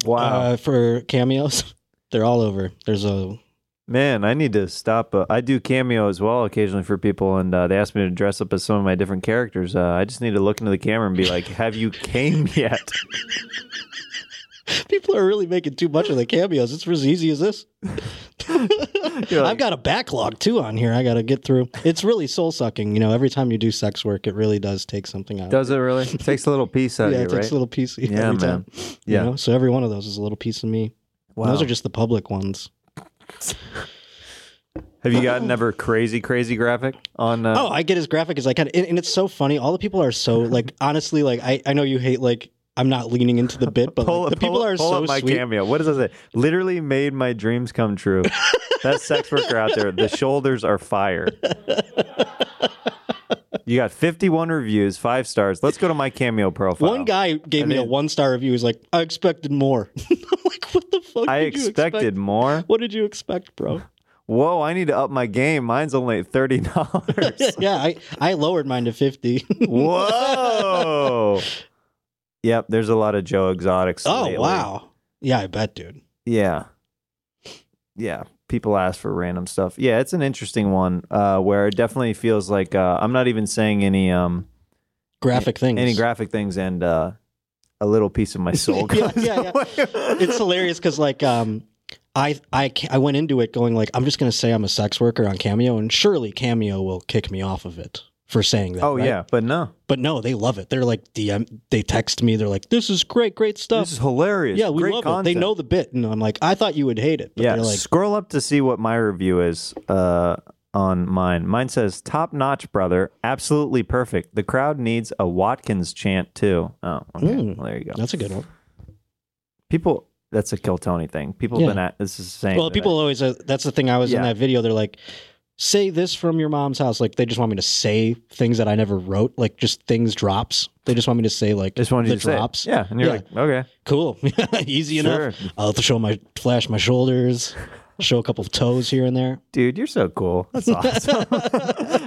[SPEAKER 2] wow,
[SPEAKER 1] uh, for cameos. They're all over. There's a
[SPEAKER 2] man! I need to stop. Uh, I do cameo as well occasionally for people, and uh, they ask me to dress up as some of my different characters. Uh, I just need to look into the camera and be like, "Have you came yet?"
[SPEAKER 1] people are really making too much of the cameos. It's as easy as this. I've got a backlog too on here. I got to get through. It's really soul sucking. You know, every time you do sex work, it really does take something out.
[SPEAKER 2] Does it really? takes a little piece out
[SPEAKER 1] yeah,
[SPEAKER 2] of
[SPEAKER 1] it
[SPEAKER 2] you,
[SPEAKER 1] takes
[SPEAKER 2] right?
[SPEAKER 1] a little piece.
[SPEAKER 2] Yeah,
[SPEAKER 1] every
[SPEAKER 2] man.
[SPEAKER 1] Time,
[SPEAKER 2] Yeah.
[SPEAKER 1] You know? So every one of those is a little piece of me. And Those
[SPEAKER 2] Wow.
[SPEAKER 1] are just the public ones.
[SPEAKER 2] Have you gotten ever crazy, crazy graphic on? Uh,
[SPEAKER 1] Oh, I get as graphic as I can. And, and it's so funny. All the people are so like honestly, like I, I know you hate like I'm not leaning into the bit, but
[SPEAKER 2] pull,
[SPEAKER 1] like, the
[SPEAKER 2] pull-
[SPEAKER 1] people are
[SPEAKER 2] pull
[SPEAKER 1] so
[SPEAKER 2] up my
[SPEAKER 1] sweet.
[SPEAKER 2] cameo. What does that say? Literally made my dreams come true. that sex worker out there, the shoulders are fire. You got 51 reviews, five stars. Let's go to my cameo profile.
[SPEAKER 1] One guy gave me a
[SPEAKER 2] mean-
[SPEAKER 1] one star review. He's like, I expected more. I'm like, what the fuck?
[SPEAKER 2] I
[SPEAKER 1] did you expect?
[SPEAKER 2] expected more.
[SPEAKER 1] What did you expect, bro?
[SPEAKER 2] Whoa, I need to up my game. Mine's only at $30.
[SPEAKER 1] yeah, I, I lowered mine to Oh, 50.
[SPEAKER 2] Whoa. Yep, there's a lot of Joe Exotics.
[SPEAKER 1] oh,
[SPEAKER 2] lately.
[SPEAKER 1] wow. Yeah, I bet, dude.
[SPEAKER 2] Yeah. Yeah. People ask for random stuff. Yeah, it's an interesting one uh, where it definitely feels like uh, I'm not even saying any um,
[SPEAKER 1] Graphic things.
[SPEAKER 2] any graphic things, and uh, a little piece of my soul.
[SPEAKER 1] Yeah,
[SPEAKER 2] goes
[SPEAKER 1] yeah, yeah.
[SPEAKER 2] away.
[SPEAKER 1] it's hilarious because, like, um, I, I, ca- I went into it going, like, I'm just going to say I'm a sex worker on Cameo, and surely Cameo will kick me off of it for saying that.
[SPEAKER 2] oh
[SPEAKER 1] right?
[SPEAKER 2] yeah, but no,
[SPEAKER 1] But no, they love it. They're like, DM, they text me. They're like, this is great, great stuff.
[SPEAKER 2] this is hilarious.
[SPEAKER 1] yeah, we
[SPEAKER 2] Great
[SPEAKER 1] love
[SPEAKER 2] content.
[SPEAKER 1] it. They know the bit. And I'm like, I thought you would hate it. But
[SPEAKER 2] yeah,
[SPEAKER 1] they're like,
[SPEAKER 2] scroll up to see what my review is uh, on mine. Mine says top notch, brother, absolutely perfect. The crowd needs a Watkins chant too. Oh, okay.
[SPEAKER 1] Mm.
[SPEAKER 2] Well, there you go.
[SPEAKER 1] that's a good one.
[SPEAKER 2] people that's a kill Tony thing. People have
[SPEAKER 1] Yeah.
[SPEAKER 2] been at this is the same.
[SPEAKER 1] Well, people always, uh, that's the thing I was in
[SPEAKER 2] Yeah.
[SPEAKER 1] that video. They're like, say this from your mom's house. Like, they just want me to say things that I never wrote, like just things drops. They just want me to say, like,
[SPEAKER 2] just wanted
[SPEAKER 1] the
[SPEAKER 2] you to say it.
[SPEAKER 1] drops.
[SPEAKER 2] Yeah, and you're
[SPEAKER 1] Yeah.
[SPEAKER 2] like, okay,
[SPEAKER 1] Cool. Easy enough.
[SPEAKER 2] sure.
[SPEAKER 1] I'll have to show my, flash my shoulders. show a couple of toes here and there.
[SPEAKER 2] Dude, you're so cool. That's awesome.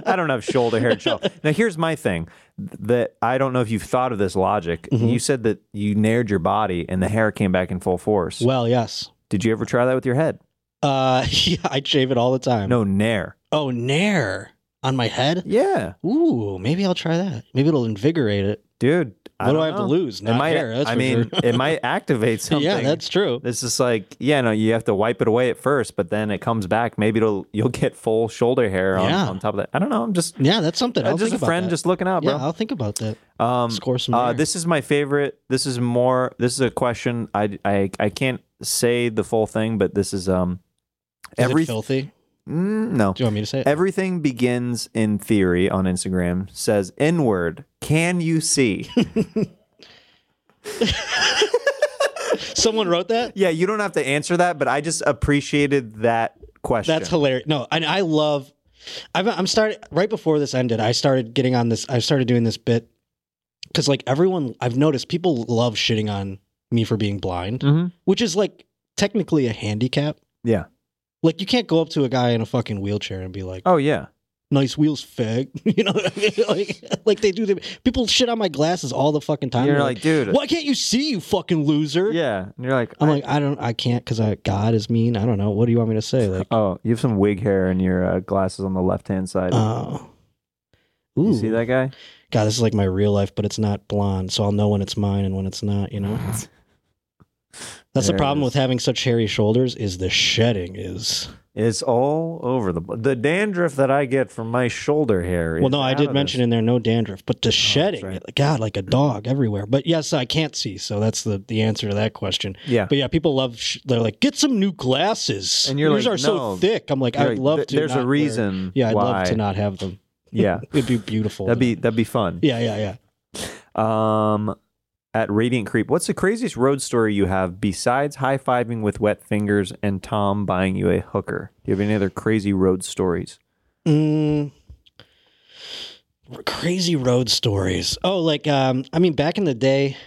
[SPEAKER 2] I don't have shoulder hair gel. Now, here's my thing that I don't know if you've thought of this logic.
[SPEAKER 1] Mm-hmm.
[SPEAKER 2] You said that you nared your body and the hair came back in full force.
[SPEAKER 1] Well, yes.
[SPEAKER 2] Did you ever try that with your head?
[SPEAKER 1] Uh, yeah, I shave it all the time.
[SPEAKER 2] No, nair.
[SPEAKER 1] Oh, nair on my head.
[SPEAKER 2] Yeah,
[SPEAKER 1] Ooh, maybe I'll try that. Maybe it'll invigorate it.
[SPEAKER 2] dude.
[SPEAKER 1] What do
[SPEAKER 2] don't
[SPEAKER 1] I have to
[SPEAKER 2] know.
[SPEAKER 1] lose?
[SPEAKER 2] it
[SPEAKER 1] Not
[SPEAKER 2] might.
[SPEAKER 1] hair, that's
[SPEAKER 2] I
[SPEAKER 1] for
[SPEAKER 2] mean,
[SPEAKER 1] sure.
[SPEAKER 2] it might activate something.
[SPEAKER 1] Yeah, that's true.
[SPEAKER 2] It's just like yeah, no. You have to wipe it away at first, but then it comes back. Maybe it'll you'll get full shoulder hair on,
[SPEAKER 1] Yeah.
[SPEAKER 2] on top of that. I don't know. I'm just
[SPEAKER 1] Yeah, that's something.
[SPEAKER 2] I'm
[SPEAKER 1] I'll
[SPEAKER 2] just
[SPEAKER 1] think about
[SPEAKER 2] a friend,
[SPEAKER 1] that.
[SPEAKER 2] just looking out, bro.
[SPEAKER 1] Yeah, I'll think about that.
[SPEAKER 2] Um,
[SPEAKER 1] Score some.
[SPEAKER 2] uh,
[SPEAKER 1] there.
[SPEAKER 2] this is my favorite. This is more. This is a question. I I, I can't say the full thing, but this is um.
[SPEAKER 1] Is it
[SPEAKER 2] every
[SPEAKER 1] filthy. Do
[SPEAKER 2] Mm, no.
[SPEAKER 1] you want me to say it?
[SPEAKER 2] Everything begins in theory on Instagram. Says inward. Can you see?
[SPEAKER 1] Someone wrote that.
[SPEAKER 2] yeah, you don't have to answer that, but I just appreciated that question.
[SPEAKER 1] That's hilarious. No, and I love. I've, I'm starting right before this ended. I started getting on this. I started doing this bit because, like, everyone I've noticed, people love shitting on me for being blind,
[SPEAKER 2] Mhm.
[SPEAKER 1] which is like technically a handicap.
[SPEAKER 2] Yeah.
[SPEAKER 1] Like, you can't go up to a guy in a fucking wheelchair and be like,
[SPEAKER 2] Oh yeah.
[SPEAKER 1] "Nice wheels, fag." you know, what I mean? like, like they do. The, people shit on my glasses all the fucking time.
[SPEAKER 2] you're
[SPEAKER 1] They're
[SPEAKER 2] like, dude.
[SPEAKER 1] "Why can't you see, you fucking loser?"
[SPEAKER 2] Yeah, and you're like,
[SPEAKER 1] I'm
[SPEAKER 2] I-
[SPEAKER 1] like, I don't, I can't, because God is mean. I don't know. What do you want me to say? Like,
[SPEAKER 2] oh, you have some wig hair and your uh, glasses on the left hand side.
[SPEAKER 1] oh,
[SPEAKER 2] you see that guy?
[SPEAKER 1] God, this is like my real life, but it's not blonde, so I'll know when it's mine and when it's not. You know, that's
[SPEAKER 2] There it
[SPEAKER 1] the problem
[SPEAKER 2] is.
[SPEAKER 1] with having such hairy shoulders is the shedding is.
[SPEAKER 2] It's all over the the dandruff that I get from my shoulder hair.
[SPEAKER 1] Well, no, I did mention in there no dandruff, but the shedding,
[SPEAKER 2] Oh, right.
[SPEAKER 1] God, like a dog everywhere. But yes, I can't see, so that's the the answer to that question.
[SPEAKER 2] Yeah,
[SPEAKER 1] But yeah, people love. Sh- they're like, get some new glasses.
[SPEAKER 2] And you're
[SPEAKER 1] Yours
[SPEAKER 2] like,
[SPEAKER 1] are so
[SPEAKER 2] "No."
[SPEAKER 1] thick. I'm like,
[SPEAKER 2] You're
[SPEAKER 1] I'd
[SPEAKER 2] like,
[SPEAKER 1] love
[SPEAKER 2] "Th-
[SPEAKER 1] to.
[SPEAKER 2] There's
[SPEAKER 1] not
[SPEAKER 2] a
[SPEAKER 1] wear-
[SPEAKER 2] reason.
[SPEAKER 1] yeah, I'd
[SPEAKER 2] why.
[SPEAKER 1] love to not have them.
[SPEAKER 2] Yeah,
[SPEAKER 1] It'd be beautiful.
[SPEAKER 2] that'd be that'd be fun.
[SPEAKER 1] Yeah, yeah, yeah.
[SPEAKER 2] Um, at Radiant Creep, what's the craziest road story you have besides high fiving with wet fingers and Tom buying you a hooker? Do you have any other crazy road stories?
[SPEAKER 1] Mm, crazy road stories. Oh, like um, I mean, back in the day,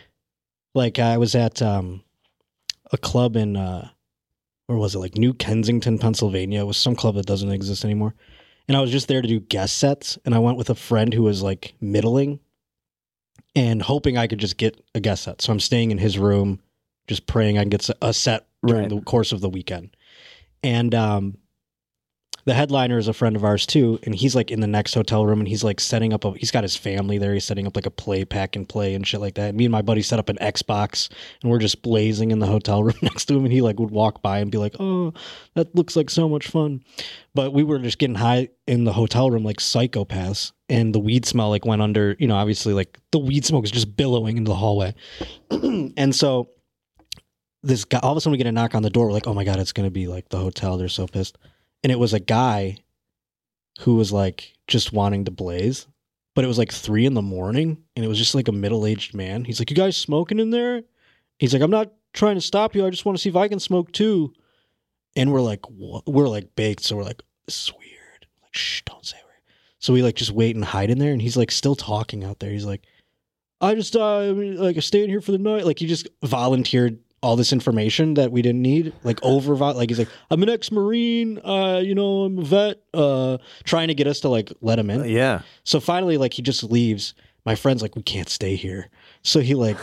[SPEAKER 1] like I was at um, a club in uh, where was it? Like New Kensington, Pennsylvania. It was some club that doesn't exist anymore. And I was just there to do guest sets, and I went with a friend who was like middling, and hoping I could just get a guest set. So I'm staying in his room, just praying I can get s- a set during
[SPEAKER 2] Right.
[SPEAKER 1] the course of the weekend. And um, the headliner is a friend of ours too, and he's like in the next hotel room, and he's like setting up a. He's got his family there. He's setting up like a play pack and play and shit like that. And me and my buddy set up an Xbox, and we're just blazing in the hotel room next to him. And he like would walk by and be like, "Oh, that looks like so much fun," but we were just getting high in the hotel room like psychopaths, and the weed smell like went under. You know, obviously like the weed smoke is just billowing into the hallway, and so this guy all of a sudden we get a knock on the door we're like oh my god it's gonna be like the hotel they're so pissed and it was a guy who was like just wanting to blaze but it was like three in the morning and it was just like a middle-aged man he's like you guys smoking in there he's like i'm not trying to stop you i just want to see if i can smoke too and we're like what? we're like baked so we're like this is weird like shh don't say we're so we like just wait and hide in there and he's like still talking out there he's like I just uh like I stayed here for the night. Like he just volunteered all this information that we didn't need. Like over like he's like I'm an ex marine. Uh, you know I'm a vet. Uh, trying to get us to like let him in.
[SPEAKER 2] yeah,
[SPEAKER 1] So finally, like he just leaves. My friend's like we can't stay here. So he like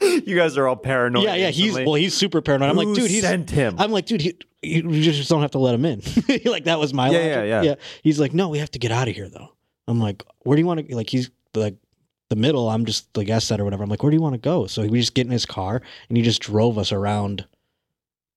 [SPEAKER 2] you guys are all paranoid.
[SPEAKER 1] yeah yeah he's
[SPEAKER 2] instantly.
[SPEAKER 1] well he's super paranoid. I'm like
[SPEAKER 2] Who
[SPEAKER 1] dude he's
[SPEAKER 2] sent him.
[SPEAKER 1] I'm like, dude, he, you you just don't have to let him in. like that was my
[SPEAKER 2] Yeah,
[SPEAKER 1] logic.
[SPEAKER 2] yeah, yeah.
[SPEAKER 1] He's like, no, we have to get out of here though. I'm like, where do you want to? Like he's like the middle. I'm just the guest set or whatever. I'm like, where do you want to go? So we just get in his car and he just drove us around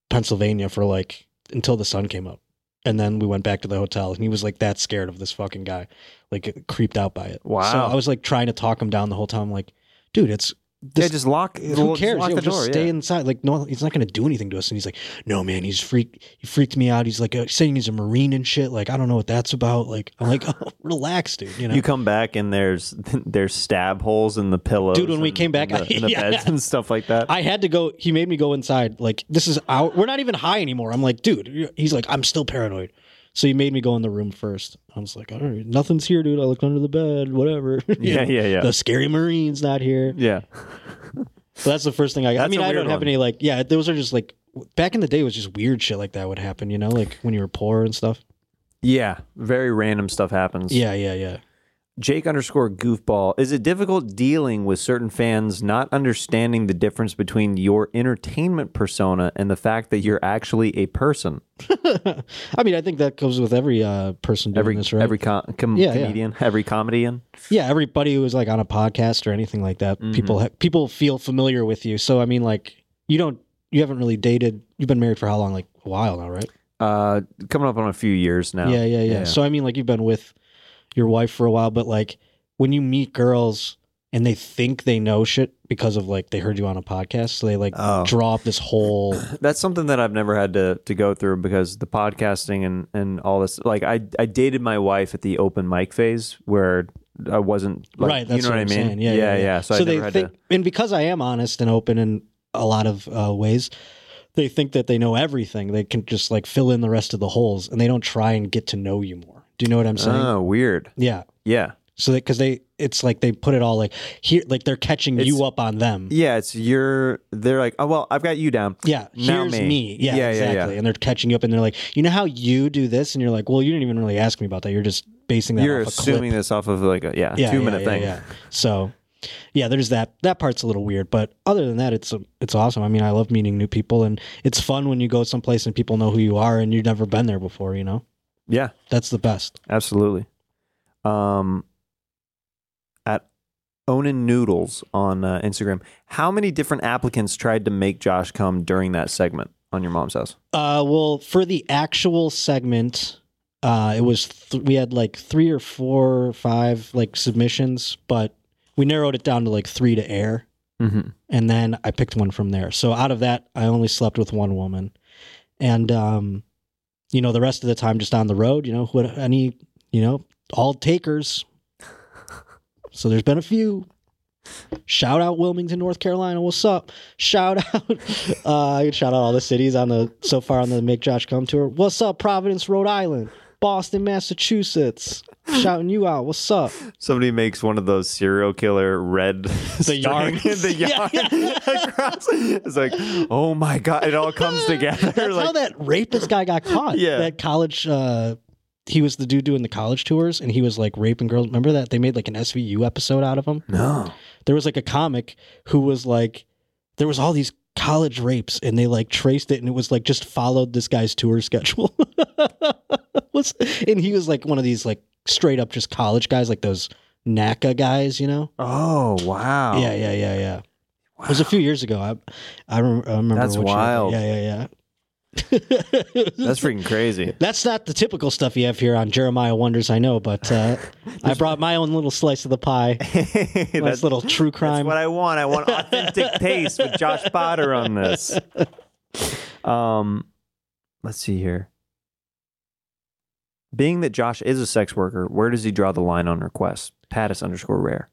[SPEAKER 1] Pennsylvania for like until the sun came up. And then we went back to the hotel, and he was like that scared of this fucking guy, like creeped out by it.
[SPEAKER 2] Wow.
[SPEAKER 1] So I was like trying to talk him down the whole time. I'm like, dude, it's
[SPEAKER 2] yeah, just lock.
[SPEAKER 1] who cares?
[SPEAKER 2] Lock
[SPEAKER 1] Yeah,
[SPEAKER 2] the
[SPEAKER 1] just
[SPEAKER 2] door.
[SPEAKER 1] stay
[SPEAKER 2] yeah.
[SPEAKER 1] inside. Like, no, he's not going to do anything to us. And he's like, no, man, he's freak. He freaked me out. He's like uh, saying he's a marine and shit. Like, I don't know what that's about. Like, I'm like, oh, relax, dude. You know.
[SPEAKER 2] You come back and there's there's stab holes in the pillows.
[SPEAKER 1] Dude, when we
[SPEAKER 2] and-
[SPEAKER 1] came back,
[SPEAKER 2] and the, and the
[SPEAKER 1] yeah.
[SPEAKER 2] beds and stuff like that.
[SPEAKER 1] I had to go. He made me go inside. Like, this is our. We're not even high anymore. I'm like, dude. you're- He's like, I'm still paranoid. So he made me go in the room first. I was like, all right, nothing's here, dude. I looked under the bed, whatever. You
[SPEAKER 2] yeah,
[SPEAKER 1] know?
[SPEAKER 2] yeah, yeah,
[SPEAKER 1] The scary marine's not here.
[SPEAKER 2] yeah.
[SPEAKER 1] So that's the first thing I got. I
[SPEAKER 2] That's
[SPEAKER 1] mean,
[SPEAKER 2] a
[SPEAKER 1] I
[SPEAKER 2] weird
[SPEAKER 1] don't have
[SPEAKER 2] one.
[SPEAKER 1] any like, yeah, those are just like back in the day it was just weird shit like that would happen, you know, like when you were poor and stuff.
[SPEAKER 2] Yeah, very random stuff happens.
[SPEAKER 1] Yeah, yeah, yeah.
[SPEAKER 2] Jake underscore goofball. Is it difficult dealing with certain fans not understanding the difference between your entertainment persona and the fact that you're actually a person?
[SPEAKER 1] I mean, I think that goes with every uh, person doing
[SPEAKER 2] Every
[SPEAKER 1] this, right?
[SPEAKER 2] every com- com-
[SPEAKER 1] Yeah, yeah.
[SPEAKER 2] comedian, every comedian.
[SPEAKER 1] yeah, everybody who is like on a podcast or anything like that,
[SPEAKER 2] Mm-hmm.
[SPEAKER 1] people ha- people feel familiar with you. So I mean, like you don't, you haven't really dated. You've been married for how long? Like a while now, right?
[SPEAKER 2] Uh, coming up on a few years now.
[SPEAKER 1] Yeah, yeah, yeah, So I mean, like you've been with your wife for a while, but like when you meet girls and they think they know shit because of like they heard you on a podcast, so they like
[SPEAKER 2] Oh.
[SPEAKER 1] draw up this whole
[SPEAKER 2] That's something that I've never had to, to go through because the podcasting and, and all this, like I, I dated my wife at the open mic phase where I wasn't like,
[SPEAKER 1] right. That's
[SPEAKER 2] you know
[SPEAKER 1] what,
[SPEAKER 2] what,
[SPEAKER 1] I'm
[SPEAKER 2] I mean?
[SPEAKER 1] saying. Yeah, yeah, yeah.
[SPEAKER 2] So, I
[SPEAKER 1] they
[SPEAKER 2] never had
[SPEAKER 1] think,
[SPEAKER 2] to,
[SPEAKER 1] and because I am honest and open in a lot of uh, ways, they think that they know everything. They can just like fill in the rest of the holes, and they don't try and get to know you more. Do you know what I'm saying?
[SPEAKER 2] oh, weird.
[SPEAKER 1] yeah.
[SPEAKER 2] Yeah.
[SPEAKER 1] So because they, it's like they put it all like here, like they're catching you
[SPEAKER 2] It's-
[SPEAKER 1] up on them.
[SPEAKER 2] Yeah. It's you're, they're like, oh, well, I've got you down.
[SPEAKER 1] Yeah,
[SPEAKER 2] Now
[SPEAKER 1] here's
[SPEAKER 2] me.
[SPEAKER 1] me. Yeah,
[SPEAKER 2] Yeah, yeah,
[SPEAKER 1] exactly.
[SPEAKER 2] yeah.
[SPEAKER 1] And they're catching you up, and they're like, you know how you do this, and you're like, well, you didn't even really ask me about that. You're just basing that.
[SPEAKER 2] You're
[SPEAKER 1] off a
[SPEAKER 2] assuming
[SPEAKER 1] clip.
[SPEAKER 2] this off of like a yeah,
[SPEAKER 1] Yeah,
[SPEAKER 2] two
[SPEAKER 1] yeah,
[SPEAKER 2] minute
[SPEAKER 1] yeah,
[SPEAKER 2] thing.
[SPEAKER 1] Yeah. So, yeah, there's that. That part's a little weird, but other than that, it's it's awesome. I mean, I love meeting new people, and it's fun when you go someplace and people know who you are and you've never been there before. You know,
[SPEAKER 2] Yeah,
[SPEAKER 1] that's the best.
[SPEAKER 2] absolutely. Um, at Onan Noodles on uh, Instagram, how many different applicants tried to make Josh come during that segment on your mom's house?
[SPEAKER 1] Uh, well, for the actual segment, uh, it was th- we had like three or four, or five like submissions, but we narrowed it down to like three to air.
[SPEAKER 2] Mm-hmm.
[SPEAKER 1] and then I picked one from there. So out of that, I only slept with one woman, and um, you know, the rest of the time just on the road. You know, what any you know, all takers. So there's been a few. Shout out Wilmington, North Carolina. What's up? Shout out. Uh, I could shout out all the cities on the so far on the Make Josh Come tour. What's up, Providence, Rhode Island, Boston, Massachusetts. Shouting you out. What's up?
[SPEAKER 2] Somebody makes one of those serial killer red the
[SPEAKER 1] yarn.
[SPEAKER 2] the
[SPEAKER 1] Yeah,
[SPEAKER 2] yarn across. It's like, oh my god, it all comes together.
[SPEAKER 1] That's
[SPEAKER 2] like,
[SPEAKER 1] how that rapist guy got caught.
[SPEAKER 2] Yeah.
[SPEAKER 1] That college, uh, he was the dude doing the college tours and he was like raping girls. Remember that? They made like an SVU episode out of him.
[SPEAKER 2] no,
[SPEAKER 1] There was like a comic who was like, there was all these college rapes and they like traced it and it was like just followed this guy's tour schedule. Was- and he was like one of these like straight up just college guys, like those NACA guys, you know?
[SPEAKER 2] oh wow,
[SPEAKER 1] Yeah, yeah, yeah, yeah. It was a
[SPEAKER 2] Wow.
[SPEAKER 1] few years ago. I, I, rem- I remember.
[SPEAKER 2] That's
[SPEAKER 1] what year-
[SPEAKER 2] wild.
[SPEAKER 1] Yeah, yeah, yeah.
[SPEAKER 2] That's freaking crazy.
[SPEAKER 1] That's not the typical stuff you have here on Jeremiah Wonders, I know, but uh, I brought my own little slice of the pie.
[SPEAKER 2] That's
[SPEAKER 1] Nice little true crime.
[SPEAKER 2] That's what I want. I want authentic taste with Josh Potter on this. Um, let's see here. Being that Josh is a sex worker, where does he draw the line on requests? Pattis underscore rare.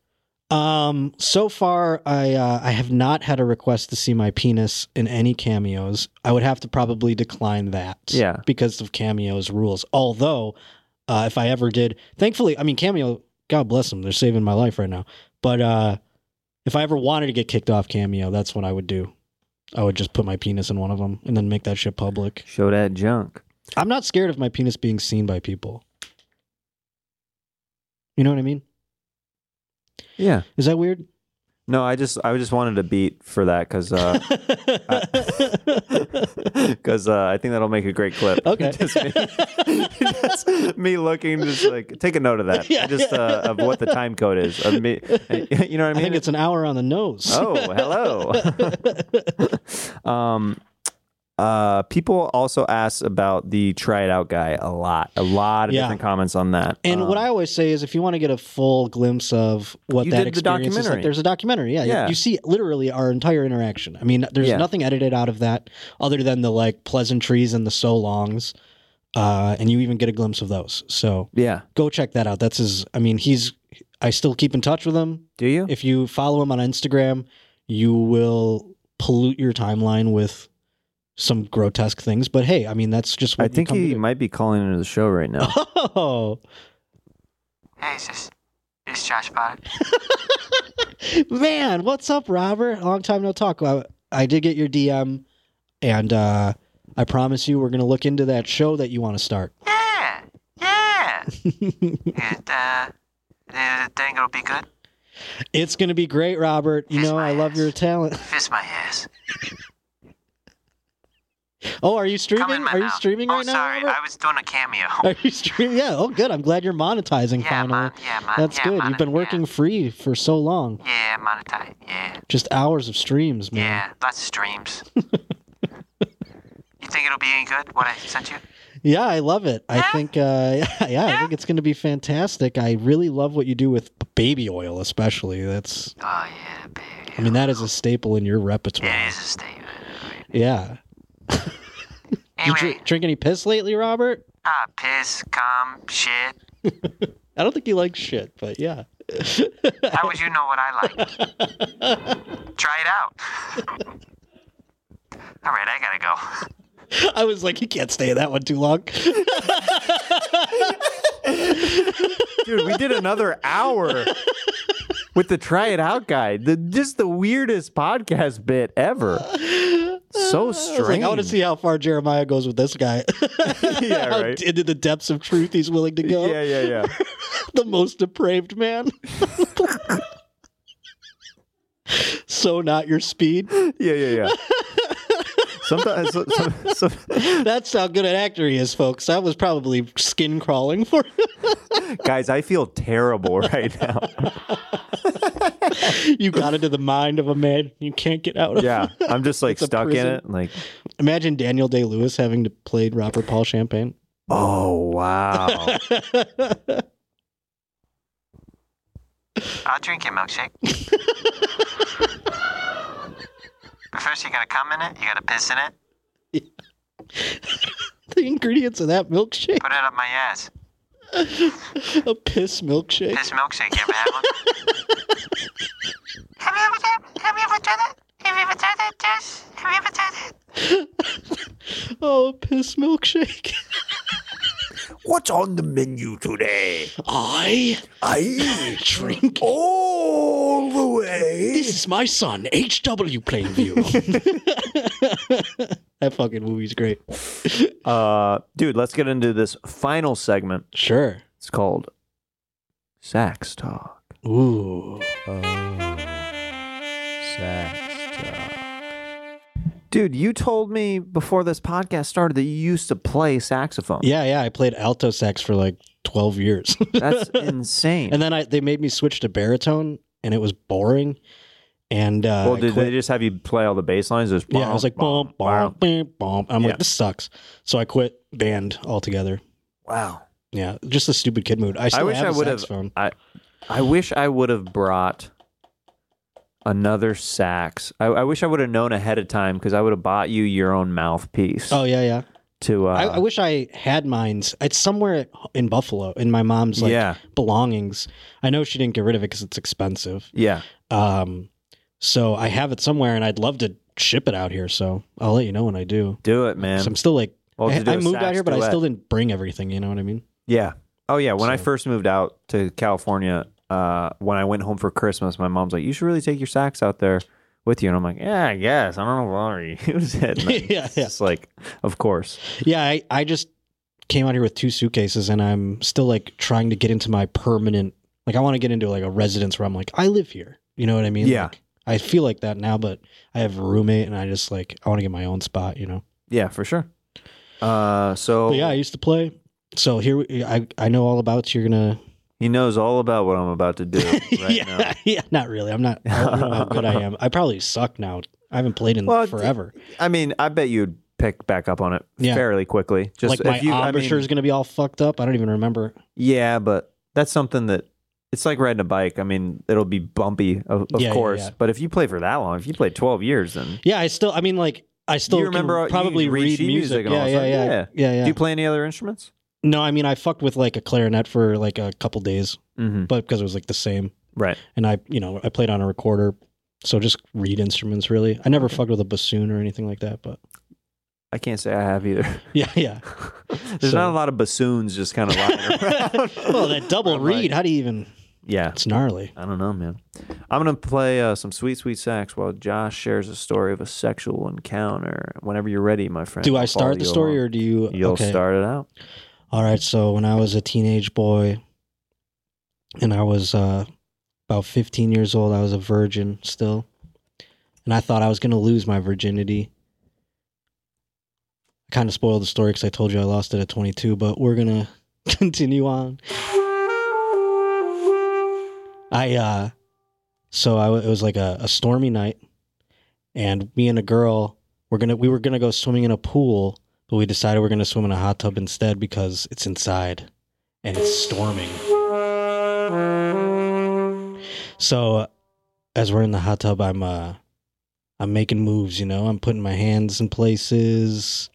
[SPEAKER 1] um, so far, I uh, I have not had a request to see my penis in any cameos. I would have to probably decline that.
[SPEAKER 2] Yeah.
[SPEAKER 1] because of cameos rules. Although, uh, if I ever did, thankfully, I mean cameo. God bless them; they're saving my life right now. But uh, if I ever wanted to get kicked off cameo, that's what I would do. I would just put my penis in one of them and then make that shit public.
[SPEAKER 2] Show that junk.
[SPEAKER 1] I'm not scared of my penis being seen by people. You know what I mean?
[SPEAKER 2] Yeah.
[SPEAKER 1] Is that weird?
[SPEAKER 2] No, I just I just wanted a beat for that because uh, because uh, I think that'll make a great clip.
[SPEAKER 1] Okay.
[SPEAKER 2] just me, just me looking, just like take a note of that.
[SPEAKER 1] Yeah.
[SPEAKER 2] Just uh, of what the time code is. Of me, you know what I mean?
[SPEAKER 1] I think it's an hour on the nose.
[SPEAKER 2] Oh, hello. um, uh, people also ask about the try it out guy a lot. A lot of
[SPEAKER 1] Yeah.
[SPEAKER 2] different comments on that.
[SPEAKER 1] And
[SPEAKER 2] Um,
[SPEAKER 1] what I always say is, if you want to get a full glimpse of what
[SPEAKER 2] You
[SPEAKER 1] that
[SPEAKER 2] did
[SPEAKER 1] experience
[SPEAKER 2] the
[SPEAKER 1] is
[SPEAKER 2] documentary.
[SPEAKER 1] like, there's a documentary. Yeah, you-
[SPEAKER 2] Yeah.
[SPEAKER 1] You, see literally our entire interaction. I mean, there's
[SPEAKER 2] Yeah.
[SPEAKER 1] nothing edited out of that other than the like pleasantries and the so longs, uh, and you even get a glimpse of those. So
[SPEAKER 2] yeah,
[SPEAKER 1] go check that out. That's his. I mean, he's. I still keep in touch with him.
[SPEAKER 2] do you?
[SPEAKER 1] if you follow him on Instagram, you will pollute your timeline with some grotesque things. But hey, I mean, that's just what
[SPEAKER 2] I
[SPEAKER 1] you
[SPEAKER 2] think
[SPEAKER 1] come
[SPEAKER 2] he
[SPEAKER 1] to do.
[SPEAKER 2] might be calling into the show right now.
[SPEAKER 1] Oh,
[SPEAKER 4] Hey, it's just it's Josh Potter.
[SPEAKER 1] man, what's up, Robert? Long time no talk. I, I did get your DM And uh, I promise you, we're going to look into that show that you want to start.
[SPEAKER 4] Yeah, yeah. and uh, the thing will be good.
[SPEAKER 1] It's going to be great, Robert. You know, I love your talent.
[SPEAKER 4] Fist my ass.
[SPEAKER 1] Oh, are you
[SPEAKER 4] Come in
[SPEAKER 1] streaming?
[SPEAKER 4] my
[SPEAKER 1] Are you
[SPEAKER 4] mouth.
[SPEAKER 1] streaming
[SPEAKER 4] oh,
[SPEAKER 1] right
[SPEAKER 4] sorry,
[SPEAKER 1] now? Robert?
[SPEAKER 4] I was doing a cameo.
[SPEAKER 1] Are you streaming? Yeah. Oh, good. I'm glad you're monetizing
[SPEAKER 4] yeah,
[SPEAKER 1] finally.
[SPEAKER 4] mon- yeah, mon-
[SPEAKER 1] That's
[SPEAKER 4] yeah,
[SPEAKER 1] good.
[SPEAKER 4] Mon-
[SPEAKER 1] You've been working free for so long.
[SPEAKER 4] Yeah, yeah monetize. Yeah,
[SPEAKER 1] Just hours of streams, man.
[SPEAKER 4] yeah. Lots of streams. you think it'll be any good? What I sent you?
[SPEAKER 1] Yeah, I love it. I
[SPEAKER 4] Huh?
[SPEAKER 1] think, uh, yeah, I think it's going to be fantastic. I really love what you do with baby oil, especially. That's,
[SPEAKER 4] Oh yeah, baby.
[SPEAKER 1] I mean, that is a staple in your repertoire.
[SPEAKER 4] It is a statement.
[SPEAKER 1] Yeah. You
[SPEAKER 4] Anyway,
[SPEAKER 1] dr- drink any piss lately, Robert?
[SPEAKER 4] ah, piss, cum, shit.
[SPEAKER 1] I don't think you like shit, but yeah.
[SPEAKER 4] How would you know what I like? Try it out. All right, I gotta go.
[SPEAKER 1] I was like, you can't stay in that one too long.
[SPEAKER 2] Dude, we did another hour with the try it out guy. The just the weirdest podcast bit ever.
[SPEAKER 1] I
[SPEAKER 2] So
[SPEAKER 1] was like,
[SPEAKER 2] strange.
[SPEAKER 1] I want to see how far Jeremiah goes with this guy.
[SPEAKER 2] Yeah,
[SPEAKER 1] How
[SPEAKER 2] right.
[SPEAKER 1] Into the depths of truth he's willing to go.
[SPEAKER 2] Yeah, yeah, yeah.
[SPEAKER 1] The most depraved man. so not your speed.
[SPEAKER 2] Yeah, yeah, yeah. Sometimes so, so, so,
[SPEAKER 1] That's how good an actor he is, folks. That was probably skin crawling for him.
[SPEAKER 2] guys, I feel terrible right now.
[SPEAKER 1] you got into the mind of a man you can't get out of.
[SPEAKER 2] Yeah. I'm just like
[SPEAKER 1] It's a
[SPEAKER 2] stuck in
[SPEAKER 1] prison.
[SPEAKER 2] it. Like,
[SPEAKER 1] Imagine Daniel Day Lewis having to play Robert Paul Champagne.
[SPEAKER 2] oh wow.
[SPEAKER 4] I'll drink your milkshake. but first, you gotta cum in it. You gotta piss in it.
[SPEAKER 1] the ingredients of that milkshake.
[SPEAKER 4] Put it up my ass.
[SPEAKER 1] A piss milkshake.
[SPEAKER 4] Piss milkshake. You ever had one? have you ever done? Have you ever done it? Have you ever done it, Jess? Have you ever done it?
[SPEAKER 1] Oh, a piss milkshake.
[SPEAKER 2] What's on the menu today?
[SPEAKER 1] I
[SPEAKER 2] I
[SPEAKER 1] drink.
[SPEAKER 2] all the way.
[SPEAKER 1] This is my son, H.W. Plainview. that fucking movie's great.
[SPEAKER 2] Uh, dude, let's get into this final segment.
[SPEAKER 1] Sure.
[SPEAKER 2] It's called Sax Talk.
[SPEAKER 1] Ooh.
[SPEAKER 2] Dude, you told me before this podcast started that you used to play saxophone.
[SPEAKER 1] Yeah, yeah. I played alto sax for like 12 years.
[SPEAKER 2] That's insane.
[SPEAKER 1] and then I they made me switch to baritone, and it was boring. And uh,
[SPEAKER 2] well,
[SPEAKER 1] I
[SPEAKER 2] did
[SPEAKER 1] quit.
[SPEAKER 2] they just have you play all the bass lines? There's
[SPEAKER 1] Yeah, I was like, bum, bum, bum, bum. I'm
[SPEAKER 2] Yeah.
[SPEAKER 1] like, this sucks. So I quit band altogether.
[SPEAKER 2] Wow.
[SPEAKER 1] Yeah, just a stupid kid mood. I still
[SPEAKER 2] wish
[SPEAKER 1] have
[SPEAKER 2] I
[SPEAKER 1] a
[SPEAKER 2] would have-
[SPEAKER 1] saxophone.
[SPEAKER 2] I wish I would have brought another sax. I, I wish I would have known ahead of time because I would have bought you your own mouthpiece
[SPEAKER 1] Oh yeah, yeah.
[SPEAKER 2] to. Uh,
[SPEAKER 1] I, I wish I had mines. It's somewhere in Buffalo in my mom's like
[SPEAKER 2] yeah,
[SPEAKER 1] belongings. I know she didn't get rid of it because it's expensive.
[SPEAKER 2] yeah.
[SPEAKER 1] Um, so I have it somewhere, and I'd love to ship it out here. So I'll let you know when I do.
[SPEAKER 2] Do it,
[SPEAKER 1] 'Cause
[SPEAKER 2] man.
[SPEAKER 1] I'm still like
[SPEAKER 2] We'll have
[SPEAKER 1] I,
[SPEAKER 2] to do
[SPEAKER 1] I
[SPEAKER 2] a
[SPEAKER 1] moved out
[SPEAKER 2] sax
[SPEAKER 1] here, but I
[SPEAKER 2] duet.
[SPEAKER 1] still didn't bring everything. You know what I mean?
[SPEAKER 2] Yeah. Oh yeah. When I
[SPEAKER 1] So-
[SPEAKER 2] first moved out to California, uh, when I went home for Christmas, my mom's like, "You should really take your sax out there with you." And I'm like, "Yeah, I guess. I don't know why you use it." And
[SPEAKER 1] Yeah,
[SPEAKER 2] it's
[SPEAKER 1] yeah.
[SPEAKER 2] just like, of course.
[SPEAKER 1] Yeah, I, I just came out here with two suitcases, and I'm still like trying to get into my permanent. Like, I want to get into like a residence where I'm like, I live here. You know what I mean?
[SPEAKER 2] Yeah.
[SPEAKER 1] Like, I feel like that now, but I have a roommate, and I just like I want to get my own spot. You know.
[SPEAKER 2] Yeah, for sure. Uh, so
[SPEAKER 1] But yeah, I used to play. So here we- I I know all about. You're gonna.
[SPEAKER 2] he knows all about what I'm about to do right
[SPEAKER 1] yeah,
[SPEAKER 2] now.
[SPEAKER 1] yeah. Not really. I'm not. I don't know how good I am. I probably suck now. I haven't played in
[SPEAKER 2] Well, d-
[SPEAKER 1] forever.
[SPEAKER 2] I mean, I bet you'd pick back up on it
[SPEAKER 1] Yeah.
[SPEAKER 2] fairly quickly. Just
[SPEAKER 1] like my
[SPEAKER 2] if you, I mean,
[SPEAKER 1] embouchure's gonna be all fucked up. I don't even remember.
[SPEAKER 2] yeah, but that's something that it's like riding a bike. I mean, it'll be bumpy, of, of
[SPEAKER 1] Yeah, yeah,
[SPEAKER 2] course.
[SPEAKER 1] yeah.
[SPEAKER 2] But if you play for that long, if you play 12 years, then
[SPEAKER 1] Yeah, I still. I mean, like I still
[SPEAKER 2] You
[SPEAKER 1] can
[SPEAKER 2] remember- you
[SPEAKER 1] probably
[SPEAKER 2] can read
[SPEAKER 1] read
[SPEAKER 2] sheet music
[SPEAKER 1] music.
[SPEAKER 2] and
[SPEAKER 1] yeah,
[SPEAKER 2] all
[SPEAKER 1] yeah,
[SPEAKER 2] that
[SPEAKER 1] yeah,
[SPEAKER 2] stuff.
[SPEAKER 1] yeah, yeah,
[SPEAKER 2] do you play any other instruments?
[SPEAKER 1] No, I mean I fucked with like a clarinet for like a couple days,
[SPEAKER 2] Mm-hmm.
[SPEAKER 1] but because it was like the same,
[SPEAKER 2] Right.
[SPEAKER 1] and I, you know, I played on a recorder, so just read instruments really. I never fucked with a bassoon or anything like that, but
[SPEAKER 2] I can't say I have either.
[SPEAKER 1] yeah, yeah.
[SPEAKER 2] There's
[SPEAKER 1] So-
[SPEAKER 2] not a lot of bassoons just kind of lying around.
[SPEAKER 1] well, that double
[SPEAKER 2] I'm like,
[SPEAKER 1] read, how do you even?
[SPEAKER 2] yeah.
[SPEAKER 1] It's gnarly.
[SPEAKER 2] I don't know, man. I'm gonna play uh, some sweet, sweet sax while Josh shares a story of a sexual encounter. Whenever you're ready, my friend.
[SPEAKER 1] Do I
[SPEAKER 2] I'll follow
[SPEAKER 1] start the
[SPEAKER 2] you
[SPEAKER 1] story
[SPEAKER 2] along.
[SPEAKER 1] or do you?
[SPEAKER 2] You'll
[SPEAKER 1] okay.
[SPEAKER 2] start it out.
[SPEAKER 1] All right. So when I was a teenage boy, and I was uh, about 15 years old, I was a virgin still, and I thought I was gonna lose my virginity. I kind of spoiled the story because I told you I lost it at 22, but we're gonna continue on. I uh, so I w- it was like a, a stormy night, and me and a girl were gonna we were gonna go swimming in a pool, but we decided we're gonna swim in a hot tub instead because it's inside and it's storming. So uh, as we're in the hot tub, I'm uh I'm making moves, you know. I'm putting my hands in places.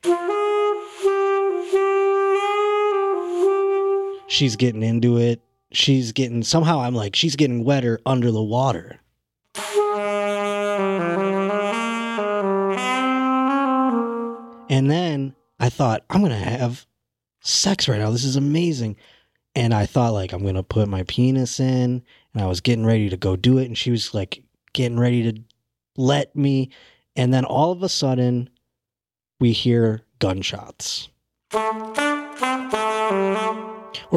[SPEAKER 1] She's getting into it. She's getting somehow I'm like she's getting wetter under the water. And then I thought, I'm going to have sex right now. This is amazing. And I thought, like, I'm going to put my penis in. And I was getting ready to go do it. And she was like, getting ready to let me. And then all of a sudden, we hear gunshots. Or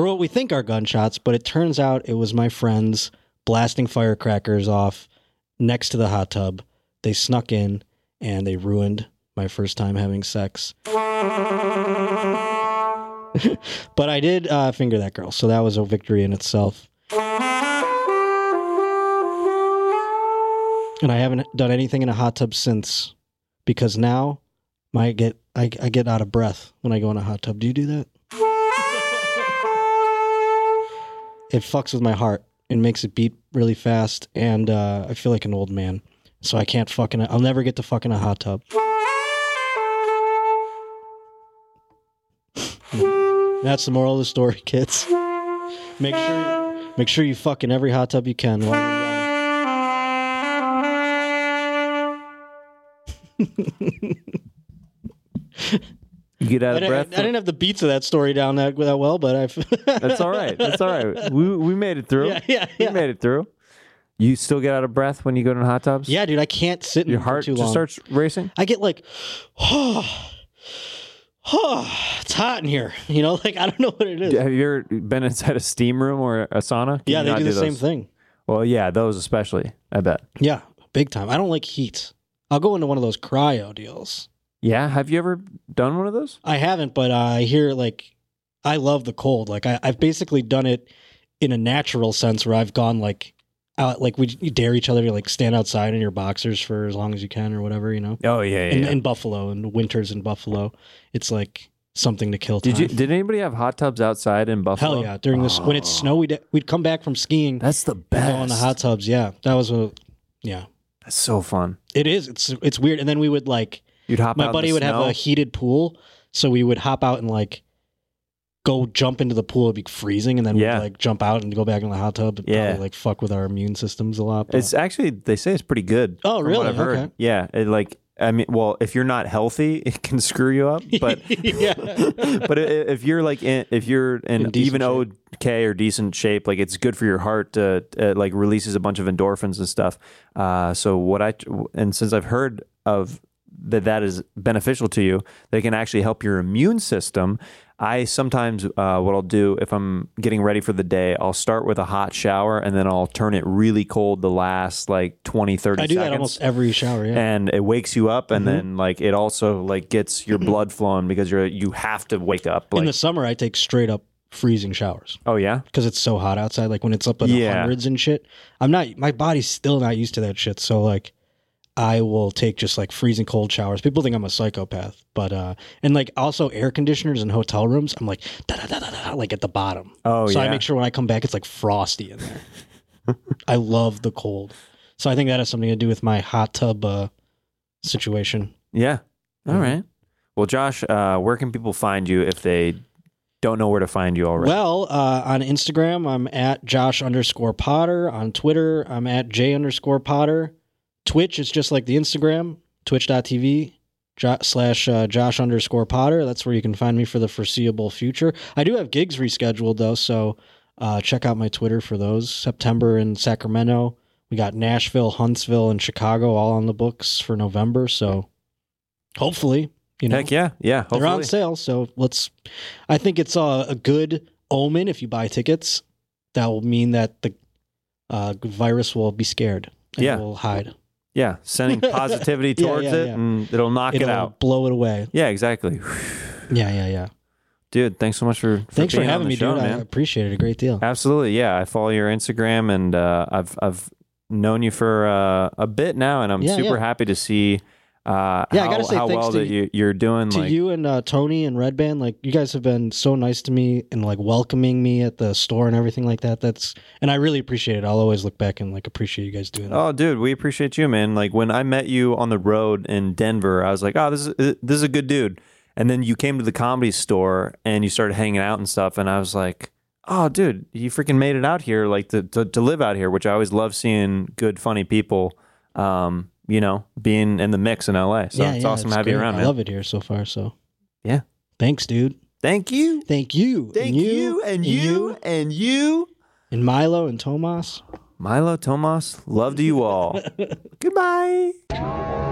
[SPEAKER 1] what we think are gunshots, but it turns out it was my friends blasting firecrackers off next to the hot tub. They snuck in and they ruined my first time having sex. but I did uh, finger that girl, so that was a victory in itself. And I haven't done anything in a hot tub since, because now my get I, I get out of breath when I go in a hot tub. Do you do that? It fucks with my heart. It makes it beat really fast, and uh, I feel like an old man. So I can't fucking. I'll never get to fuck in a hot tub. That's the moral of the story, kids. Make sure, make sure you fuck in every hot tub you can. while you're young.
[SPEAKER 2] You get out
[SPEAKER 1] I,
[SPEAKER 2] of
[SPEAKER 1] didn't-
[SPEAKER 2] breath.
[SPEAKER 1] I didn't have the beats of that story down that, that well, but I. f-
[SPEAKER 2] That's all right. That's all right. We we made it through.
[SPEAKER 1] Yeah, yeah,
[SPEAKER 2] We
[SPEAKER 1] yeah.
[SPEAKER 2] made it through. You still get out of breath when you go to the hot tubs?
[SPEAKER 1] Yeah, dude, I can't sit in
[SPEAKER 2] Your
[SPEAKER 1] them for
[SPEAKER 2] heart
[SPEAKER 1] too
[SPEAKER 2] just
[SPEAKER 1] long.
[SPEAKER 2] starts racing.
[SPEAKER 1] I get like, oh, oh, it's hot in here. You know, like I don't know what it is. Yeah,
[SPEAKER 2] Have you ever been inside a steam room or a sauna? Can you
[SPEAKER 1] they
[SPEAKER 2] not
[SPEAKER 1] do the same
[SPEAKER 2] those?
[SPEAKER 1] thing.
[SPEAKER 2] Well, yeah, those especially. I bet.
[SPEAKER 1] Yeah, big time. I don't like heat. I'll go into one of those cryo deals.
[SPEAKER 2] Yeah. Have you ever done one of those?
[SPEAKER 1] I haven't, but I hear like I love the cold. Like I, I've basically done it in a natural sense where I've gone like out, like we you dare each other to like stand outside in your boxers for as long as you can or whatever, you know.
[SPEAKER 2] Oh yeah.
[SPEAKER 1] In, in Buffalo and winters in Buffalo, it's like something to kill time.
[SPEAKER 2] did you? Did anybody have hot tubs outside in Buffalo?
[SPEAKER 1] Hell yeah! During this, when it's snow, we'd we'd come back from skiing.
[SPEAKER 2] That's the
[SPEAKER 1] and
[SPEAKER 2] best.
[SPEAKER 1] Go in the hot tubs. Yeah, that was a yeah.
[SPEAKER 2] That's so fun.
[SPEAKER 1] It is. It's it's weird. And then we would like
[SPEAKER 2] You'd hop. out
[SPEAKER 1] my
[SPEAKER 2] in
[SPEAKER 1] buddy
[SPEAKER 2] the
[SPEAKER 1] would have
[SPEAKER 2] snow.
[SPEAKER 1] a heated pool, so we would hop out and like go jump into the pool. It'd be freezing, and then
[SPEAKER 2] Yeah.
[SPEAKER 1] we'd like jump out and go back in the hot tub. And
[SPEAKER 2] Yeah.
[SPEAKER 1] probably, like fuck with our immune systems a lot. but-
[SPEAKER 2] It's actually they say it's pretty good.
[SPEAKER 1] Oh,
[SPEAKER 2] from what
[SPEAKER 1] really?
[SPEAKER 2] I've heard.
[SPEAKER 1] Okay.
[SPEAKER 2] Yeah, it like I mean, well, if you're not healthy, it can screw you up. But
[SPEAKER 1] Yeah.
[SPEAKER 2] but i- if you're like in, if you're in,
[SPEAKER 1] In decent
[SPEAKER 2] even okay or decent shape, like it's good for your heart to uh, like releases a bunch of endorphins and stuff. Uh, so what I and since I've heard of that that is beneficial to you, that it can actually help your immune system. I sometimes uh, what I'll do if I'm getting ready for the day, I'll start with a hot shower and then I'll turn it really cold the last like 20, 30
[SPEAKER 1] I do
[SPEAKER 2] seconds
[SPEAKER 1] that almost every shower. Yeah, Mm-hmm.
[SPEAKER 2] and it wakes you up and then like it also like gets your blood flowing because you're you have to wake up
[SPEAKER 1] in
[SPEAKER 2] like
[SPEAKER 1] the summer I take straight up freezing showers
[SPEAKER 2] oh yeah
[SPEAKER 1] because it's so hot outside. Like when it's up in
[SPEAKER 2] Yeah.
[SPEAKER 1] the hundreds and shit, I'm not. My body's still not used to that shit. So like. I will take just like freezing cold showers. People think I'm a psychopath, but uh, and like also air conditioners in hotel rooms. I'm like da da da da da, like at the bottom.
[SPEAKER 2] oh
[SPEAKER 1] so
[SPEAKER 2] yeah
[SPEAKER 1] I make sure when I come back, it's like frosty in there. I love the cold. So I think that has something to do with my hot tub uh, situation.
[SPEAKER 2] yeah All
[SPEAKER 1] Mhm.
[SPEAKER 2] right well Josh uh, where can people find you if they don't know where to find you already
[SPEAKER 1] Well, uh, on Instagram, I'm at Josh underscore Potter. On Twitter, I'm at J underscore Potter. Twitch is just like the Instagram, twitch.tv jo- slash uh, Josh underscore Potter. That's where you can find me for the foreseeable future. I do have gigs rescheduled, though. So Uh, check out my Twitter for those. September in Sacramento. We got Nashville, Huntsville, and Chicago all on the books for November. So hopefully, you know,
[SPEAKER 2] Heck yeah, yeah.
[SPEAKER 1] they're on
[SPEAKER 2] Hopefully,
[SPEAKER 1] sale. So let's. I think it's a, a good omen if you buy tickets. That will mean that the uh, virus will be scared and
[SPEAKER 2] Yeah.
[SPEAKER 1] will hide.
[SPEAKER 2] yeah. Sending positivity
[SPEAKER 1] Yeah,
[SPEAKER 2] towards
[SPEAKER 1] yeah,
[SPEAKER 2] it,
[SPEAKER 1] yeah.
[SPEAKER 2] and it'll knock
[SPEAKER 1] It'll
[SPEAKER 2] it out.
[SPEAKER 1] blow it away.
[SPEAKER 2] Yeah, exactly.
[SPEAKER 1] Yeah, yeah, yeah.
[SPEAKER 2] Dude, thanks so much for, for
[SPEAKER 1] Thanks for
[SPEAKER 2] being on
[SPEAKER 1] having
[SPEAKER 2] the
[SPEAKER 1] me,
[SPEAKER 2] show,
[SPEAKER 1] dude. I
[SPEAKER 2] Man.
[SPEAKER 1] appreciate it a great deal.
[SPEAKER 2] Absolutely, yeah. I follow your Instagram, and uh, I've I've known you for uh, a bit now, and I'm
[SPEAKER 1] Yeah,
[SPEAKER 2] super
[SPEAKER 1] yeah.
[SPEAKER 2] happy to see uh,
[SPEAKER 1] Yeah, I
[SPEAKER 2] how,
[SPEAKER 1] gotta say
[SPEAKER 2] how
[SPEAKER 1] thanks
[SPEAKER 2] well
[SPEAKER 1] to
[SPEAKER 2] that
[SPEAKER 1] you-
[SPEAKER 2] you, you're doing.
[SPEAKER 1] to
[SPEAKER 2] like,
[SPEAKER 1] you and uh, Tony and Red Band, like you guys have been so nice to me and like welcoming me at the store and everything like that. That's and I really appreciate it. I'll always look back and like appreciate you guys doing that.
[SPEAKER 2] Oh, dude, we appreciate you, man. Like when I met you on the road in Denver, I was like, "Oh, this is this is a good dude." And then you came to the comedy store and you started hanging out and stuff, and I was like, "Oh, dude, you freaking made it out here, like to to, to live out here," which I always love seeing good, funny people. Um, you know, being in the mix in LA. So it's awesome to have you
[SPEAKER 1] great. I
[SPEAKER 2] around, man.
[SPEAKER 1] love it here so far. So
[SPEAKER 2] Yeah.
[SPEAKER 1] thanks, dude.
[SPEAKER 2] Thank you.
[SPEAKER 1] Thank you. And
[SPEAKER 2] Thank you and you and you.
[SPEAKER 1] and Milo and Tomas.
[SPEAKER 2] Milo Tomas, love to you all. Goodbye.